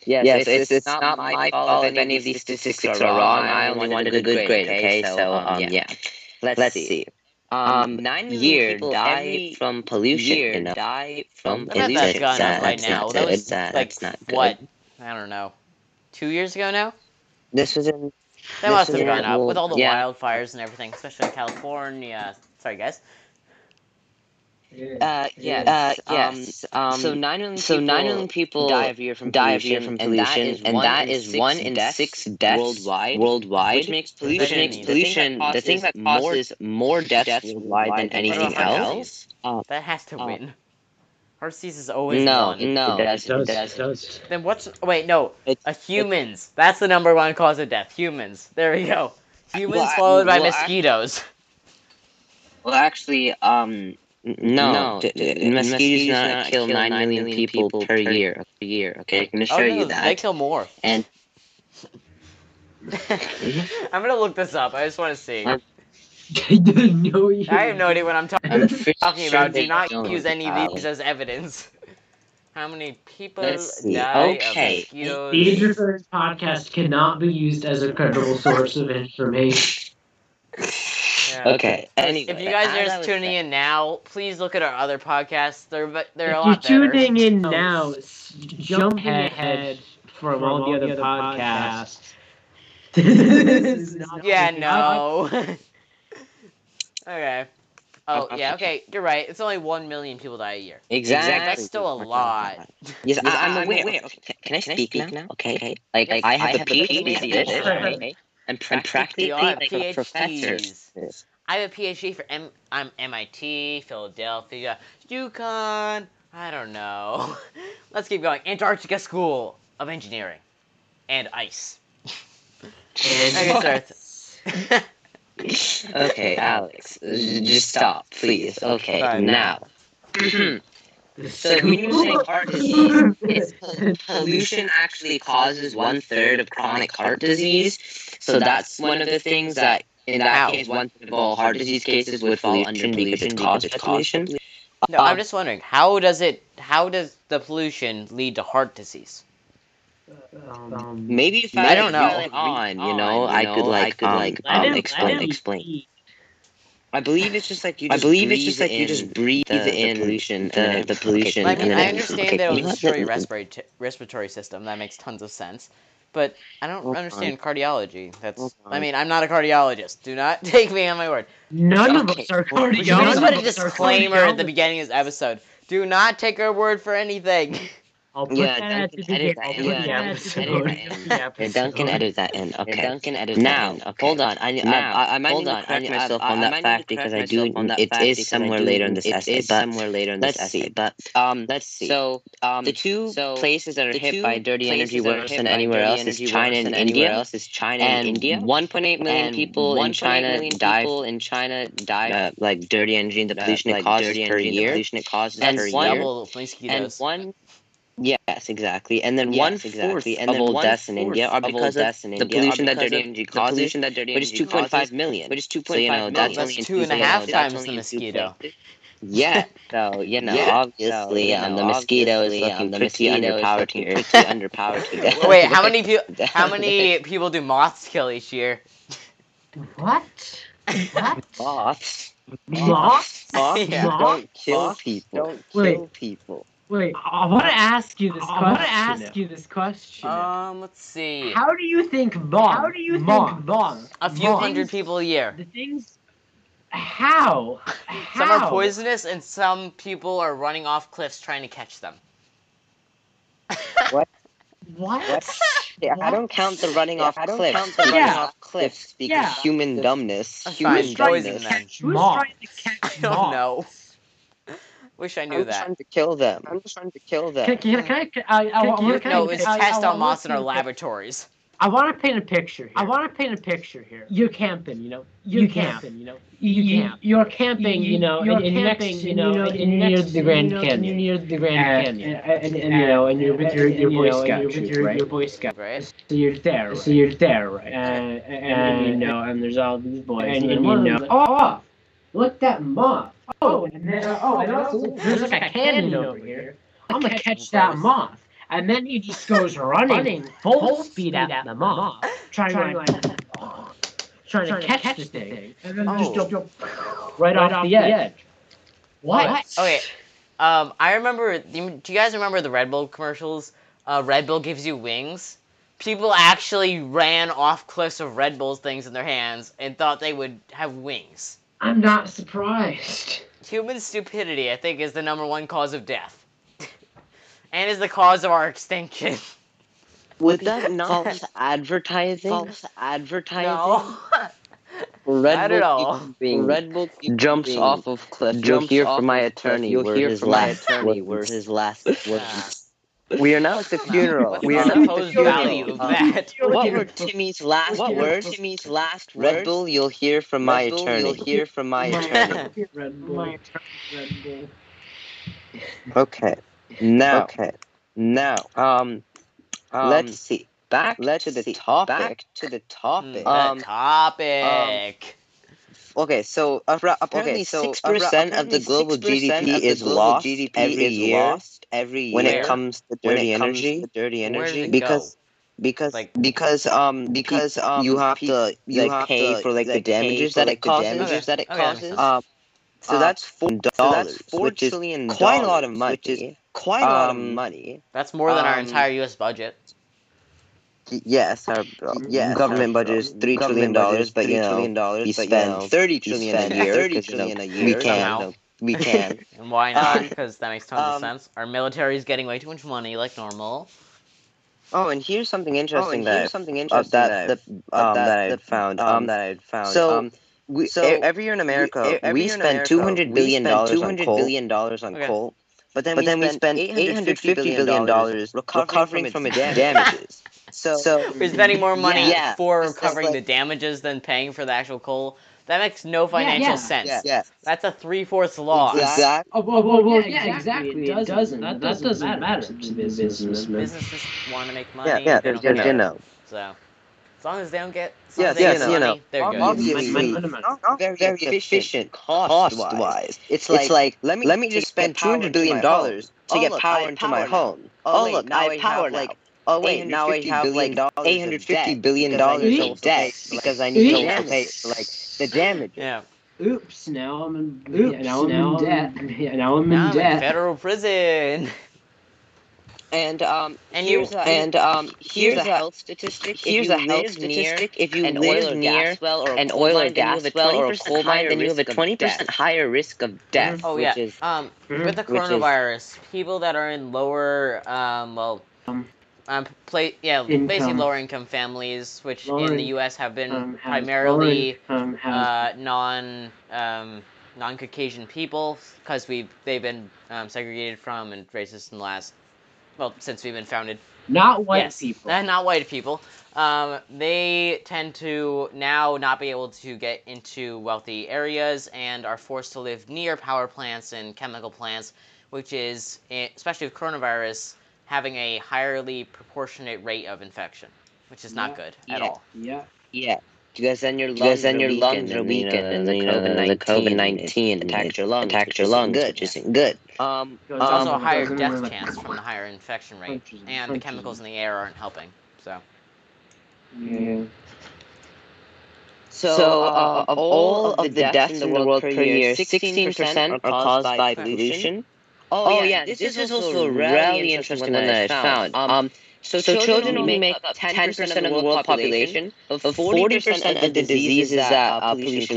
Speaker 5: Yes,
Speaker 2: Yes,
Speaker 5: it's, it's, it's not my fault if any of these statistics are wrong. I only wanted a good grade, okay? So, um, yeah.
Speaker 2: Let's,
Speaker 5: Let's
Speaker 2: see.
Speaker 5: see.
Speaker 2: Um,
Speaker 5: Um,
Speaker 2: nine million
Speaker 5: year
Speaker 2: people
Speaker 5: die
Speaker 2: every
Speaker 5: from pollution,
Speaker 2: year
Speaker 5: you know?
Speaker 2: die from
Speaker 5: From
Speaker 4: Look at that
Speaker 5: pollution.
Speaker 4: gun
Speaker 5: That-
Speaker 4: right
Speaker 5: that's
Speaker 4: now.
Speaker 5: not
Speaker 4: That
Speaker 5: good.
Speaker 4: was
Speaker 5: That-
Speaker 4: like
Speaker 5: that's not good.
Speaker 4: what? I don't know. Two years ago now.
Speaker 5: This was in
Speaker 4: That
Speaker 5: This
Speaker 4: must
Speaker 5: is
Speaker 4: have gone
Speaker 5: what
Speaker 4: up
Speaker 5: will-
Speaker 4: with all the
Speaker 5: yeah.
Speaker 4: wildfires and everything, especially in California. Sorry, guys.
Speaker 5: Uh,
Speaker 1: Yeah.
Speaker 5: yes.
Speaker 2: Uh,
Speaker 5: Um,
Speaker 2: yes, um,
Speaker 5: so nine million
Speaker 2: so
Speaker 5: people,
Speaker 2: nine million people
Speaker 5: die every year from
Speaker 2: die
Speaker 5: pollution,
Speaker 2: every year from
Speaker 5: and that
Speaker 2: pollution,
Speaker 5: is
Speaker 2: and
Speaker 5: one
Speaker 2: that
Speaker 5: in
Speaker 2: is
Speaker 5: six
Speaker 2: one in
Speaker 5: deaths
Speaker 2: six deaths
Speaker 5: worldwide,
Speaker 2: worldwide,
Speaker 5: which makes
Speaker 2: which
Speaker 5: pollution,
Speaker 4: makes
Speaker 5: pollution the thing that causes more deaths worldwide than
Speaker 4: than
Speaker 5: anything
Speaker 4: anything
Speaker 5: else.
Speaker 4: That has to
Speaker 5: Uh,
Speaker 4: win. Heart disease is always
Speaker 2: No,
Speaker 4: one.
Speaker 2: no,
Speaker 5: It
Speaker 2: that's
Speaker 5: does,
Speaker 3: does,
Speaker 2: that's
Speaker 3: does.
Speaker 4: Then what's wait no?
Speaker 2: It's-
Speaker 4: Uh, humans. That's the number one cause of death. Humans. There we go. Humans
Speaker 2: Well, I-
Speaker 4: followed by
Speaker 2: well, I-
Speaker 4: mosquitoes.
Speaker 2: well, actually, um,
Speaker 5: N-
Speaker 2: no,
Speaker 5: No, d- d- mosquitoes do not kill 9 million people per year. Per year, okay? I can
Speaker 4: Oh
Speaker 5: assure
Speaker 4: no,
Speaker 5: you
Speaker 4: they
Speaker 5: that.
Speaker 4: kill more.
Speaker 5: And
Speaker 4: I'm gonna look this up. I just want to see.
Speaker 5: I'm-
Speaker 3: I didn't know you.
Speaker 4: I have no idea what I'm talking
Speaker 5: I'm pretty
Speaker 4: talking
Speaker 5: sure
Speaker 4: about.
Speaker 5: they
Speaker 4: Do not
Speaker 5: don't.
Speaker 4: use any
Speaker 5: Uh,
Speaker 4: of these as evidence. How many people
Speaker 5: Let's see.
Speaker 4: die
Speaker 5: Okay.
Speaker 4: of
Speaker 3: The
Speaker 4: mosquitoes?
Speaker 3: Interference podcast cannot be used as a credible source of information.
Speaker 4: Yeah.
Speaker 5: Okay, anyway.
Speaker 4: If you guys
Speaker 5: as
Speaker 4: are
Speaker 5: I was
Speaker 4: just tuning in now, please look at our other podcasts. They're bu- they're a
Speaker 3: if
Speaker 4: lot
Speaker 3: you're
Speaker 4: better.
Speaker 3: tuning in now, it's jumping ahead from, all the other podcasts. this is not
Speaker 4: Yeah,
Speaker 3: the-
Speaker 4: no. okay. Oh,
Speaker 5: I'm-
Speaker 4: yeah, okay. You're right. It's only 1 million people die a year.
Speaker 5: Exactly.
Speaker 4: That's still a lot.
Speaker 5: Yes,
Speaker 2: Yes,
Speaker 5: I,
Speaker 2: I'm
Speaker 5: I'm
Speaker 2: aware.
Speaker 5: aware. Okay. Can, I speak now? Okay. okay.
Speaker 2: like,
Speaker 5: Like,
Speaker 2: like,
Speaker 5: I, have a
Speaker 2: in
Speaker 5: PhD in
Speaker 2: this,
Speaker 5: this,
Speaker 3: right?
Speaker 5: okay? I'm, pra- I'm
Speaker 4: We
Speaker 5: practically
Speaker 4: all have
Speaker 5: like a professor.
Speaker 4: PhDs. I have a PhD for M- I'm MIT, Philadelphia, Yukon. I don't know. Let's keep going. Antarctica School of Engineering and Ice. Okay,
Speaker 3: And-
Speaker 4: sorry.
Speaker 5: okay, Alex, uh, just stop, please. Okay,
Speaker 4: Fine.
Speaker 5: now. So when you're saying heart disease, it's pollution actually causes one third of chronic heart disease. So that's one of the things that, in that
Speaker 4: Ow.
Speaker 5: case, one third of all heart disease cases would fall under pollution caused by pollution.
Speaker 4: No, I'm just wondering how does it how does the pollution lead to heart disease?
Speaker 3: um,
Speaker 5: Maybe if
Speaker 4: I
Speaker 5: I
Speaker 4: don't know.
Speaker 5: really on, you know, I could like, um, like,
Speaker 3: I
Speaker 5: um,
Speaker 3: didn't- I
Speaker 5: explain,
Speaker 3: didn't
Speaker 5: explain.
Speaker 3: see-
Speaker 5: I believe it's just like you.
Speaker 2: I
Speaker 5: Just
Speaker 2: believe it's just like you
Speaker 5: in
Speaker 2: just
Speaker 5: breathe
Speaker 2: the- the
Speaker 5: in
Speaker 2: pollution,
Speaker 5: the, the pollution.
Speaker 4: Like, I mean,
Speaker 5: and
Speaker 4: I
Speaker 5: then-
Speaker 4: understand
Speaker 5: okay,
Speaker 4: that it'll
Speaker 5: you know what?
Speaker 4: destroy your
Speaker 5: Let-
Speaker 4: respiratory t- respiratory system. That makes tons of sense. But I don't
Speaker 5: Hold
Speaker 4: understand cardiology. That's.
Speaker 5: Hold
Speaker 4: I
Speaker 5: on.
Speaker 4: mean, I'm not a cardiologist. Do not take me on my word.
Speaker 3: None of
Speaker 5: Okay.
Speaker 3: us are
Speaker 4: We should just
Speaker 3: cardiologists.
Speaker 4: put a disclaimer at the beginning of this episode. Do not take our word for anything.
Speaker 3: I'll put
Speaker 5: Yeah,
Speaker 3: that at the
Speaker 5: Duncan, edit
Speaker 3: beginning. I'll
Speaker 5: that
Speaker 3: put
Speaker 5: in. Yeah,
Speaker 3: that at
Speaker 5: edit that
Speaker 3: the
Speaker 5: in.
Speaker 3: beginning of the
Speaker 5: Yeah, Duncan,
Speaker 3: episode.
Speaker 5: edit that in. Okay.
Speaker 2: Duncan edit that
Speaker 5: now,
Speaker 2: in. Okay.
Speaker 5: hold on. I,
Speaker 2: Now,
Speaker 5: I, I might
Speaker 2: hold
Speaker 5: need
Speaker 2: on.
Speaker 5: to correct
Speaker 2: I- I-
Speaker 5: myself
Speaker 2: I- I
Speaker 5: on
Speaker 2: might
Speaker 5: that
Speaker 2: need to
Speaker 5: fact because I
Speaker 2: correct
Speaker 5: do.
Speaker 2: myself on that
Speaker 5: It
Speaker 2: fact
Speaker 5: is
Speaker 2: because I
Speaker 5: somewhere
Speaker 2: do-
Speaker 5: later in this
Speaker 2: it
Speaker 5: essay.
Speaker 2: is
Speaker 5: but
Speaker 2: somewhere later in this
Speaker 5: let's see.
Speaker 2: essay.
Speaker 5: But
Speaker 2: Um,
Speaker 5: let's see.
Speaker 2: so um,
Speaker 5: the two
Speaker 2: so
Speaker 5: places that are
Speaker 2: the
Speaker 5: hit
Speaker 2: two
Speaker 5: by dirty energy
Speaker 2: places that are
Speaker 5: worse
Speaker 2: hit
Speaker 5: than
Speaker 2: by
Speaker 5: anywhere
Speaker 2: dirty
Speaker 5: else is
Speaker 2: energy
Speaker 5: China
Speaker 2: worse
Speaker 5: and
Speaker 2: than anywhere
Speaker 5: India.
Speaker 2: else is China and,
Speaker 5: And
Speaker 2: India.
Speaker 5: 1.8 million
Speaker 2: and
Speaker 5: people in
Speaker 2: 1.8
Speaker 5: China
Speaker 2: million
Speaker 5: die
Speaker 2: people in China die
Speaker 5: uh, like dirty energy and the
Speaker 2: uh,
Speaker 5: pollution
Speaker 2: like
Speaker 5: it causes
Speaker 2: dirty
Speaker 5: per
Speaker 2: energy and the
Speaker 5: year.
Speaker 2: pollution it causes
Speaker 5: And
Speaker 2: per
Speaker 5: one-
Speaker 2: year.
Speaker 4: Double
Speaker 5: and
Speaker 4: mosquitoes.
Speaker 5: one yes exactly and then
Speaker 2: Yes,
Speaker 5: one
Speaker 2: exactly. And
Speaker 5: and
Speaker 2: then
Speaker 5: of all
Speaker 2: one
Speaker 5: deaths in
Speaker 2: fourth
Speaker 5: india are
Speaker 2: of all
Speaker 5: because of
Speaker 2: deaths in
Speaker 5: the
Speaker 2: India are
Speaker 5: pollution that
Speaker 2: because
Speaker 5: dirty
Speaker 2: of
Speaker 5: energy
Speaker 2: the
Speaker 5: causes
Speaker 2: pollution that dirty
Speaker 5: which is
Speaker 2: energy causes,
Speaker 5: 2.5 million
Speaker 2: Which is two
Speaker 5: so
Speaker 2: point
Speaker 5: you know
Speaker 2: five million.
Speaker 5: that's
Speaker 4: That's
Speaker 5: only in
Speaker 4: two and a
Speaker 5: two
Speaker 4: half
Speaker 5: places.
Speaker 4: times
Speaker 5: That's
Speaker 4: the
Speaker 5: only in two
Speaker 4: mosquito.
Speaker 5: places. yeah so you know
Speaker 2: Yeah, so,
Speaker 5: obviously
Speaker 2: you
Speaker 5: um,
Speaker 2: know,
Speaker 5: the mosquito is
Speaker 2: obviously,
Speaker 5: looking
Speaker 2: um, the
Speaker 5: pretty
Speaker 2: mosquito is
Speaker 5: underpowered
Speaker 2: looking
Speaker 5: here
Speaker 2: pretty underpowered here.
Speaker 4: Wait, how many people? How many people do moths kill each year?
Speaker 3: What? What?
Speaker 5: moths
Speaker 3: Moths?
Speaker 5: moths
Speaker 4: Yeah.
Speaker 5: don't kill
Speaker 2: Moths
Speaker 5: people
Speaker 2: Don't
Speaker 3: Wait.
Speaker 2: kill people.
Speaker 3: Wait, I want to ask you this
Speaker 1: I
Speaker 3: question.
Speaker 1: wanna
Speaker 3: ask you this question.
Speaker 4: Um, let's see.
Speaker 3: How do you think moths? How do you
Speaker 1: moths-
Speaker 3: think moths?
Speaker 4: A few
Speaker 3: moths-
Speaker 4: hundred people a year.
Speaker 3: The things. How? How?
Speaker 4: Some are poisonous, and some people are running off cliffs trying to catch them.
Speaker 3: What?
Speaker 5: What? Yeah, I don't count the running
Speaker 2: Yeah,
Speaker 5: off
Speaker 2: I don't
Speaker 5: cliffs.
Speaker 2: count the
Speaker 5: Yeah.
Speaker 2: running off
Speaker 5: cliffs because
Speaker 3: Yeah.
Speaker 5: human dumbness.
Speaker 4: That's
Speaker 5: Human
Speaker 4: fine. Poison
Speaker 5: dumbness.
Speaker 4: them.
Speaker 3: Who's
Speaker 1: Moths.
Speaker 3: trying to catch
Speaker 4: I don't know. Wish I knew
Speaker 5: I'm
Speaker 4: that.
Speaker 5: trying to kill them. I'm just trying to kill them.
Speaker 3: Can, can, can I? Can I, I,
Speaker 1: Can-
Speaker 3: I,
Speaker 1: can-
Speaker 3: can
Speaker 4: No,
Speaker 3: I,
Speaker 4: it's
Speaker 3: I,
Speaker 4: test
Speaker 3: I,
Speaker 4: on moths in our
Speaker 3: lab.
Speaker 4: laboratories.
Speaker 3: I want to paint a picture here. I want to paint a picture here. You're camping, you know. You're camping, you know. You, camp. You're camping, you know. You're and, camping, you know. And, and near the Grand Canyon. Near the Grand Canyon. And, and, you know, and you're with your, your Boy Scout troop, right? Your Boy Scout.
Speaker 4: Right?
Speaker 3: So you're there. So you're there, right? And, and, you know, and there's all these boys. And, and, you know, oh, look that moth. Oh, and then, oh, and also, there's like a canyon over here. I'm gonna catch that moth. And then he just goes running, full, speed at, the moth, trying, to like, trying, to catch, this thing, and then just
Speaker 4: Oh.
Speaker 3: go right, off, the edge. What?
Speaker 4: Okay. Um, I remember. Do you guys remember the Red Bull commercials? Uh, Red Bull gives you wings. People actually ran off cliffs of Red Bull's things in their hands and thought they would have wings.
Speaker 3: I'm not surprised.
Speaker 4: Human stupidity, I think, is the number one cause of death, and is the cause of our extinction.
Speaker 5: Would that not
Speaker 2: False
Speaker 5: advertising?
Speaker 2: false
Speaker 5: advertising.
Speaker 4: No.
Speaker 5: Red
Speaker 4: Not
Speaker 5: Bull
Speaker 4: at all.
Speaker 5: keeps being-
Speaker 6: Red Bull keeps
Speaker 5: jumps
Speaker 6: being-
Speaker 5: off of cliff.
Speaker 6: You'll
Speaker 5: Jumps
Speaker 6: hear
Speaker 5: off
Speaker 6: from my
Speaker 5: of cliff.
Speaker 6: attorney
Speaker 5: You'll
Speaker 6: where
Speaker 5: hear
Speaker 6: his
Speaker 5: from my
Speaker 6: last
Speaker 5: attorney
Speaker 6: words.
Speaker 5: where his last
Speaker 4: Ah.
Speaker 5: words. We are now at the funeral.
Speaker 4: What's
Speaker 5: We are
Speaker 4: the
Speaker 5: now at the
Speaker 4: supposed value
Speaker 5: funeral.
Speaker 4: of
Speaker 5: Um,
Speaker 4: that?
Speaker 5: What were Timmy's last?
Speaker 6: What
Speaker 5: What
Speaker 6: were
Speaker 5: were
Speaker 6: Timmy's last words?
Speaker 5: Red Bull? You'll hear from my
Speaker 6: Red Bull, You'll
Speaker 5: attorney. Um,
Speaker 6: hear from my attorney.
Speaker 3: Red Bull. Red Bull.
Speaker 5: Okay. Now.
Speaker 6: Okay.
Speaker 5: Now.
Speaker 6: Um, um,
Speaker 5: let's see. Back
Speaker 6: Let's
Speaker 5: to the
Speaker 6: see.
Speaker 5: topic.
Speaker 6: Back to the
Speaker 4: Hmm,
Speaker 6: topic.
Speaker 4: the
Speaker 5: Um,
Speaker 4: topic.
Speaker 5: Okay, so uh,
Speaker 6: Appra-
Speaker 5: apparently
Speaker 6: apparently, so
Speaker 5: six percent of the global GDP is lost every year
Speaker 6: lost every year
Speaker 5: when it
Speaker 4: Where?
Speaker 5: comes to
Speaker 6: when
Speaker 5: dirty
Speaker 6: it comes
Speaker 5: energy
Speaker 6: to dirty
Speaker 4: Where does
Speaker 6: energy.
Speaker 4: it
Speaker 5: because
Speaker 6: because
Speaker 4: Like-
Speaker 5: because um because
Speaker 6: because um
Speaker 5: you have
Speaker 6: pe-
Speaker 5: to
Speaker 6: you
Speaker 5: like
Speaker 6: have
Speaker 5: pay
Speaker 6: to,
Speaker 5: for like the
Speaker 6: like, pay
Speaker 5: damages
Speaker 6: for,
Speaker 5: that
Speaker 6: like,
Speaker 5: it
Speaker 6: the
Speaker 5: causes.
Speaker 6: damages
Speaker 4: Okay.
Speaker 6: that it
Speaker 4: Okay, that makes
Speaker 6: causes.
Speaker 4: sense.
Speaker 5: Um, so
Speaker 6: uh,
Speaker 5: that's four
Speaker 6: so that's
Speaker 5: dollars,
Speaker 6: four
Speaker 5: which is
Speaker 6: trillion
Speaker 5: quite a lot of
Speaker 6: dollars,
Speaker 5: money.
Speaker 6: which is quite a lot of
Speaker 5: Um,
Speaker 6: money.
Speaker 4: That's more than our
Speaker 5: um,
Speaker 4: entire U.S. budget.
Speaker 5: Y- Yes, our uh,
Speaker 6: Yes,
Speaker 5: government
Speaker 6: our-
Speaker 5: budget is three trillion
Speaker 6: government budget
Speaker 5: dollars,
Speaker 6: is
Speaker 5: but you
Speaker 6: three
Speaker 5: know
Speaker 6: trillion dollars,
Speaker 5: we
Speaker 6: but you
Speaker 5: spend
Speaker 6: know,
Speaker 5: thirty
Speaker 6: you
Speaker 5: trillion
Speaker 6: spend
Speaker 5: a year.
Speaker 6: thirty
Speaker 5: 'cause, you know,
Speaker 6: trillion a year.
Speaker 5: We
Speaker 4: Somehow.
Speaker 5: can.
Speaker 6: so
Speaker 5: We can.
Speaker 4: And why not?
Speaker 5: Um,
Speaker 4: Because that makes tons of
Speaker 5: um,
Speaker 4: sense. Our military is getting way too much money, like normal.
Speaker 5: oh, and here's something
Speaker 6: Oh,
Speaker 5: interesting
Speaker 6: and
Speaker 5: that
Speaker 6: here's something
Speaker 5: I, uh,
Speaker 6: interesting
Speaker 5: that
Speaker 6: that
Speaker 5: the
Speaker 6: I've-
Speaker 5: um
Speaker 6: that,
Speaker 5: that I
Speaker 6: the-
Speaker 5: found
Speaker 6: um,
Speaker 5: um
Speaker 6: that I had found.
Speaker 5: so
Speaker 6: um,
Speaker 5: we
Speaker 6: so
Speaker 5: e- every year in
Speaker 6: we, e-
Speaker 5: America
Speaker 6: every
Speaker 5: we
Speaker 6: year in
Speaker 5: spend
Speaker 6: America,
Speaker 5: two hundred
Speaker 6: we
Speaker 5: billion
Speaker 6: spend
Speaker 5: dollars
Speaker 6: two
Speaker 5: on
Speaker 6: hundred
Speaker 5: coal,
Speaker 6: billion dollars on
Speaker 4: Okay.
Speaker 6: coal,
Speaker 5: but then
Speaker 6: but
Speaker 5: we
Speaker 6: then we
Speaker 5: spend
Speaker 6: spend
Speaker 5: eight
Speaker 6: eight
Speaker 5: hundred
Speaker 6: hundred
Speaker 5: fifty
Speaker 6: fifty
Speaker 5: billion
Speaker 6: billion
Speaker 5: dollars
Speaker 6: dollars recovering
Speaker 5: recovering
Speaker 6: from its
Speaker 5: from its
Speaker 6: damages.
Speaker 5: damages. So
Speaker 6: So
Speaker 4: We're spending more money
Speaker 6: yeah,
Speaker 4: for
Speaker 6: it's just
Speaker 4: recovering
Speaker 6: like-
Speaker 4: the damages than paying for the actual coal. That makes no financial
Speaker 3: yeah.
Speaker 4: sense.
Speaker 6: yeah, yeah,
Speaker 4: That's a three fourths loss.
Speaker 6: exactly.
Speaker 3: Oh, well, well, well,
Speaker 1: yeah,
Speaker 3: yeah, exactly. It doesn't. That doesn't, matter to the businessman.
Speaker 4: Businesses want to make money.
Speaker 5: yeah, yeah,
Speaker 4: they don't
Speaker 5: you
Speaker 4: care.
Speaker 5: know,
Speaker 4: So as long as they don't get, as long
Speaker 5: Yes,
Speaker 4: as they
Speaker 5: yes,
Speaker 4: get
Speaker 5: you know,
Speaker 4: money, they're good.
Speaker 5: obviously
Speaker 3: Money, money, money.
Speaker 5: not, not very,
Speaker 6: very,
Speaker 5: Uh-huh. E efficient
Speaker 6: efficient
Speaker 5: cost
Speaker 6: cost
Speaker 5: wise.
Speaker 6: wise.
Speaker 5: It's
Speaker 6: It's
Speaker 5: like
Speaker 6: like
Speaker 5: let me
Speaker 6: let me
Speaker 5: just
Speaker 6: just
Speaker 5: spend
Speaker 6: spend
Speaker 5: two hundred
Speaker 6: power into
Speaker 5: billion
Speaker 6: my
Speaker 5: dollars
Speaker 6: home.
Speaker 5: to
Speaker 6: Oh
Speaker 5: get
Speaker 6: look,
Speaker 5: power
Speaker 6: I
Speaker 5: into my
Speaker 6: power now.
Speaker 5: home.
Speaker 6: Oh
Speaker 5: Oh look,
Speaker 6: look, now
Speaker 5: now
Speaker 6: I
Speaker 5: I have
Speaker 6: power
Speaker 5: like
Speaker 6: now.
Speaker 5: oh
Speaker 6: Eight
Speaker 5: wait,
Speaker 6: hundred
Speaker 5: now I
Speaker 6: fifty
Speaker 5: have
Speaker 6: billion
Speaker 5: like
Speaker 6: dollars
Speaker 5: eight
Speaker 6: of
Speaker 5: hundred fifty
Speaker 6: debt
Speaker 5: billion
Speaker 6: because I
Speaker 5: dollars
Speaker 6: need to
Speaker 5: also
Speaker 6: also pay
Speaker 5: debt
Speaker 6: like
Speaker 5: because I
Speaker 6: the
Speaker 5: need to also pay
Speaker 6: damages.
Speaker 5: for like the damages.
Speaker 4: Yeah.
Speaker 3: Oops, now I'm in,
Speaker 1: Oops,
Speaker 3: yeah, now I'm
Speaker 1: now
Speaker 3: in
Speaker 1: I'm-
Speaker 3: debt. yeah, now I'm
Speaker 4: Now
Speaker 3: in
Speaker 4: I'm in
Speaker 3: debt.
Speaker 4: federal prison.
Speaker 6: And um
Speaker 4: And you-
Speaker 6: here's a,
Speaker 5: And um,
Speaker 6: here's a
Speaker 5: here's a
Speaker 6: health statistic. If
Speaker 5: here's
Speaker 6: you
Speaker 5: a health
Speaker 6: live near
Speaker 5: statistic. If you
Speaker 6: an oil
Speaker 5: live
Speaker 6: or
Speaker 5: near
Speaker 6: gas well or a
Speaker 5: an
Speaker 6: coal
Speaker 5: oil or
Speaker 6: mine, then you have
Speaker 5: gas
Speaker 6: a
Speaker 5: well
Speaker 6: twenty
Speaker 5: or a
Speaker 6: percent
Speaker 5: coal mine,
Speaker 6: higher
Speaker 5: then you have a
Speaker 6: risk of
Speaker 5: twenty
Speaker 6: death.
Speaker 5: percent higher risk of death,
Speaker 4: Oh
Speaker 5: which
Speaker 4: yeah.
Speaker 5: is
Speaker 4: Um,
Speaker 3: Mhm.
Speaker 4: with the
Speaker 5: which is-
Speaker 4: coronavirus, people that are in lower, um, well,
Speaker 3: Um,
Speaker 4: um, pla yeah, basically
Speaker 3: Income.
Speaker 4: lower income families, which in
Speaker 3: Lower
Speaker 4: the U.S. have been
Speaker 3: Um, has
Speaker 4: primarily
Speaker 3: Lauren, um, has
Speaker 4: uh, non um, non Caucasian people because we they've been um, segregated from and racist in the last well since we've been founded.
Speaker 3: not white
Speaker 4: yes,
Speaker 3: people.
Speaker 4: uh, not white people. Um, they tend to now not be able to get into wealthy areas and are forced to live near power plants and chemical plants, which is eh, especially with coronavirus having a highly proportionate rate of infection, which is not
Speaker 3: Yeah.
Speaker 4: good at
Speaker 5: Yeah.
Speaker 4: all.
Speaker 3: yeah.
Speaker 5: yeah.
Speaker 6: Because then your
Speaker 5: Because
Speaker 6: lungs
Speaker 5: then
Speaker 6: are
Speaker 5: your lungs
Speaker 6: weakened,
Speaker 5: are
Speaker 6: and then, you
Speaker 5: weakened, and then
Speaker 6: know, and then
Speaker 5: you know the
Speaker 6: COVID
Speaker 5: COVID
Speaker 6: nineteen it
Speaker 5: nineteen
Speaker 6: attacks your lungs,
Speaker 5: attacks
Speaker 6: which
Speaker 5: your
Speaker 6: isn't
Speaker 5: lungs,
Speaker 6: good.
Speaker 5: which isn't good.
Speaker 6: Um,
Speaker 3: Goes
Speaker 4: There's also a
Speaker 3: in-
Speaker 4: higher
Speaker 3: goes in
Speaker 4: death
Speaker 3: with a-
Speaker 4: chance from the higher infection rate,
Speaker 3: Punches and
Speaker 4: and the
Speaker 3: punches.
Speaker 4: chemicals in the air aren't helping. So,
Speaker 3: Yeah.
Speaker 6: so
Speaker 5: So,
Speaker 6: uh,
Speaker 5: uh,
Speaker 6: of
Speaker 5: of
Speaker 6: all
Speaker 5: all
Speaker 6: of the
Speaker 5: of the
Speaker 6: deaths in
Speaker 5: deaths
Speaker 6: the
Speaker 5: in the
Speaker 6: world
Speaker 5: world
Speaker 6: per
Speaker 5: per
Speaker 6: year,
Speaker 5: year,
Speaker 6: sixteen
Speaker 5: 16%
Speaker 6: percent are
Speaker 5: are
Speaker 6: caused
Speaker 5: caused
Speaker 6: by
Speaker 5: by
Speaker 6: pollution.
Speaker 5: pollution. Oh,
Speaker 6: Oh
Speaker 5: yeah,
Speaker 6: yeah,
Speaker 5: and
Speaker 6: and
Speaker 5: this
Speaker 6: this
Speaker 5: is
Speaker 6: is
Speaker 5: also
Speaker 6: also
Speaker 5: a
Speaker 6: a really
Speaker 5: really interesting
Speaker 6: interesting one
Speaker 5: one
Speaker 6: that
Speaker 5: that
Speaker 6: I
Speaker 5: I
Speaker 6: found.
Speaker 5: found.
Speaker 6: Um,
Speaker 5: Um,
Speaker 6: so
Speaker 5: so
Speaker 6: children
Speaker 5: children
Speaker 6: only
Speaker 5: only
Speaker 6: make
Speaker 5: make
Speaker 6: up
Speaker 5: up
Speaker 6: ten percent
Speaker 5: 10%
Speaker 6: of
Speaker 5: of
Speaker 6: the
Speaker 5: the
Speaker 6: world
Speaker 5: world
Speaker 6: population,
Speaker 5: population,
Speaker 6: but
Speaker 5: but
Speaker 6: forty percent
Speaker 5: 40%
Speaker 6: of the
Speaker 5: of the
Speaker 6: diseases
Speaker 5: diseases
Speaker 6: that
Speaker 5: that
Speaker 6: uh,
Speaker 5: uh,
Speaker 6: pollution
Speaker 5: pollution